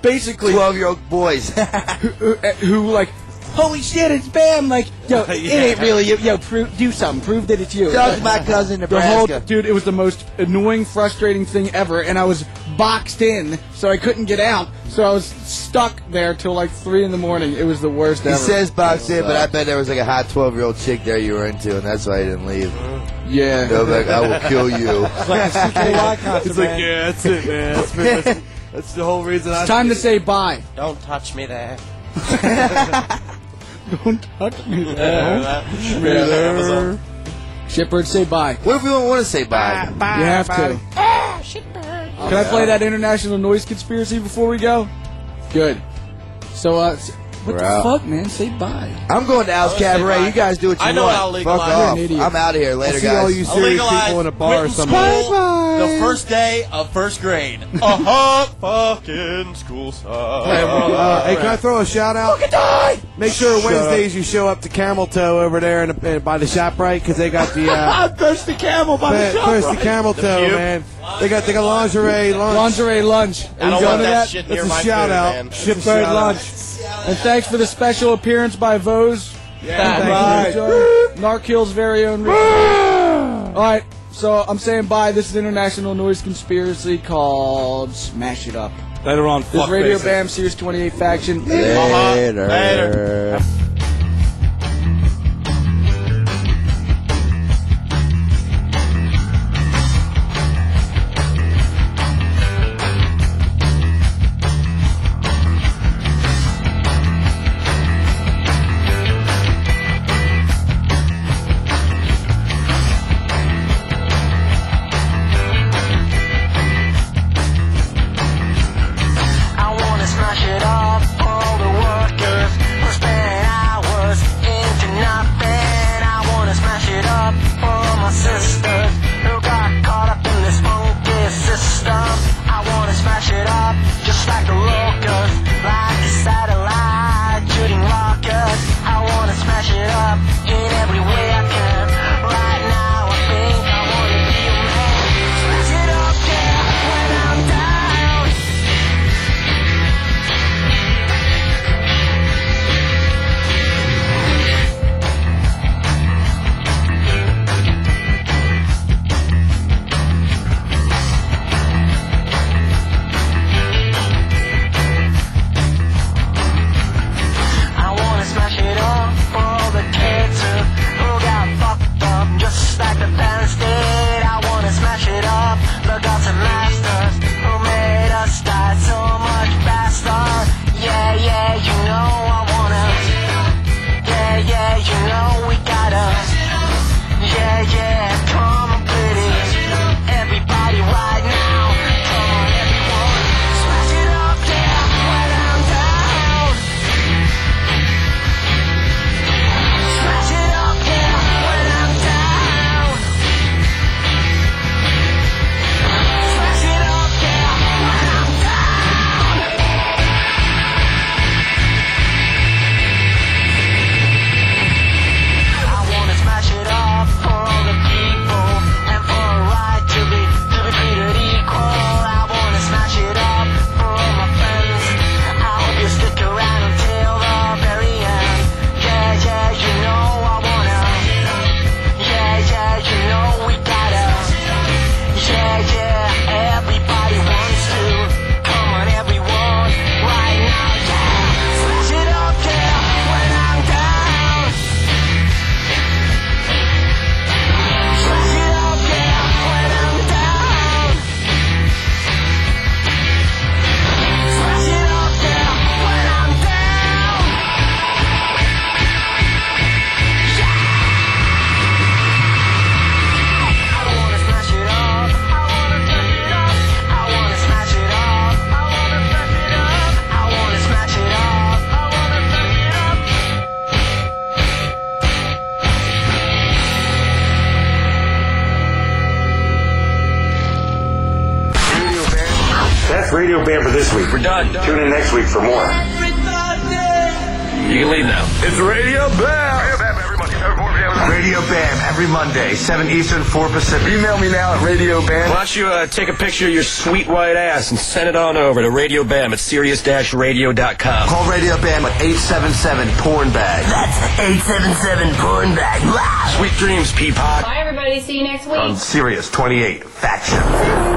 S8: basically
S10: 12 year old boys [LAUGHS]
S8: who, who, eh, who like. Holy shit! It's Bam. Like,
S12: [LAUGHS]
S8: yo, it ain't really. you. Yo, prove, do something. Prove that it's you.
S10: Doug's my cousin,
S8: The whole
S10: Nebraska.
S8: dude, it was the most annoying, frustrating thing ever, and I was boxed in, so I couldn't get out. So I was stuck there till like three in the morning. It was the worst
S10: He
S8: ever.
S10: says Bob said, but I bet there was like a hot 12 year old chick there you were into, and that's why he didn't leave.
S8: Yeah.
S10: They'll be like, I will kill
S9: [LAUGHS]
S10: you.
S12: It's like a [LAUGHS]
S10: [LAUGHS]
S12: CKY concert,
S10: It's like,
S12: man.
S10: yeah,
S12: that's it, man. That's, that's, that's the whole reason I.
S8: It's time to say bye.
S7: Don't touch me there.
S8: Don't touch me
S7: Yeah,
S8: there.
S7: that- yeah, that episode.
S8: Shipbird, say bye.
S10: What if we don't want to say bye?
S8: you have to.
S23: Oh,
S8: Can I
S23: [LAUGHS]
S8: play that international noise conspiracy before we go? Good. So, uh, s- what
S10: We're
S8: the
S10: out.
S8: fuck, man? Say bye.
S10: I'm going to Al's Cabaret. You guys do what you
S7: Oh, I know
S10: want.
S7: I'll
S10: Fuck
S7: legalize
S10: off.
S7: it. You're an idiot.
S10: I'm out of here.
S7: I'll
S10: Later,
S7: see
S10: guys.
S7: all you serious Legalize people in a bar or quitting something. school The first day of
S12: [LAUGHS]
S7: first grade. Uh-huh, fucking school sucks.
S12: Uh, hey, can I throw a shout out? Make sure Wednesdays you show up to Camel Toe over there and uh, by the Shoprite because they got the
S9: [LAUGHS]
S12: uh,
S6: I'm thirsty camel by
S12: man,
S6: the shop.
S12: Thirsty
S6: right?
S12: Camel Toe, man. They got they got lingerie lunch.
S8: Lingerie lunch.
S12: Are you
S7: I don't
S12: going
S7: want
S12: to
S7: that shit
S12: That's
S7: near
S12: a
S7: my
S12: shout
S7: food,
S12: out.
S7: man.
S12: Shipbird
S8: Shipbird
S12: lunch.
S8: And thanks for the special appearance by Vose.
S7: Yeah,
S8: Thank you, Joe. Narkill's very own. All right, so I'm saying bye. This is International Noise Conspiracy called Smash It Up.
S12: Later on,
S8: This is
S12: fuck
S8: Radio
S12: faces.
S8: Bam Series 28 Faction.
S14: Uh-huh.
S9: Later.
S8: Later.
S14: I wanna smash it up. All the workers who spend hours into nothing. I wanna smash it up for my sisters who got caught up in this funky system. I wanna smash it up just like the locals, like the satellite shooting rockets. I wanna smash it up in every way I can. Right now I think I wanna be a man. Smash it up, yeah, when I'm down. That's Radio Bam for this week. We're done. Tune in next week for more.
S11: You can leave now.
S14: It's Radio Bam. Radio Bam every Monday, 7 Eastern, 4 Pacific. Email me now at Radio Bam.
S9: Why don't you uh, take a picture of your sweet white ass and send it on over to Radio Bam at serious-radio.com.
S14: Call Radio Bam at 877 Porn Bag. That's 877 Porn Bag. Sweet dreams, Peapod.
S19: Bye, everybody. See you next week.
S14: On Sirius 28 Faction.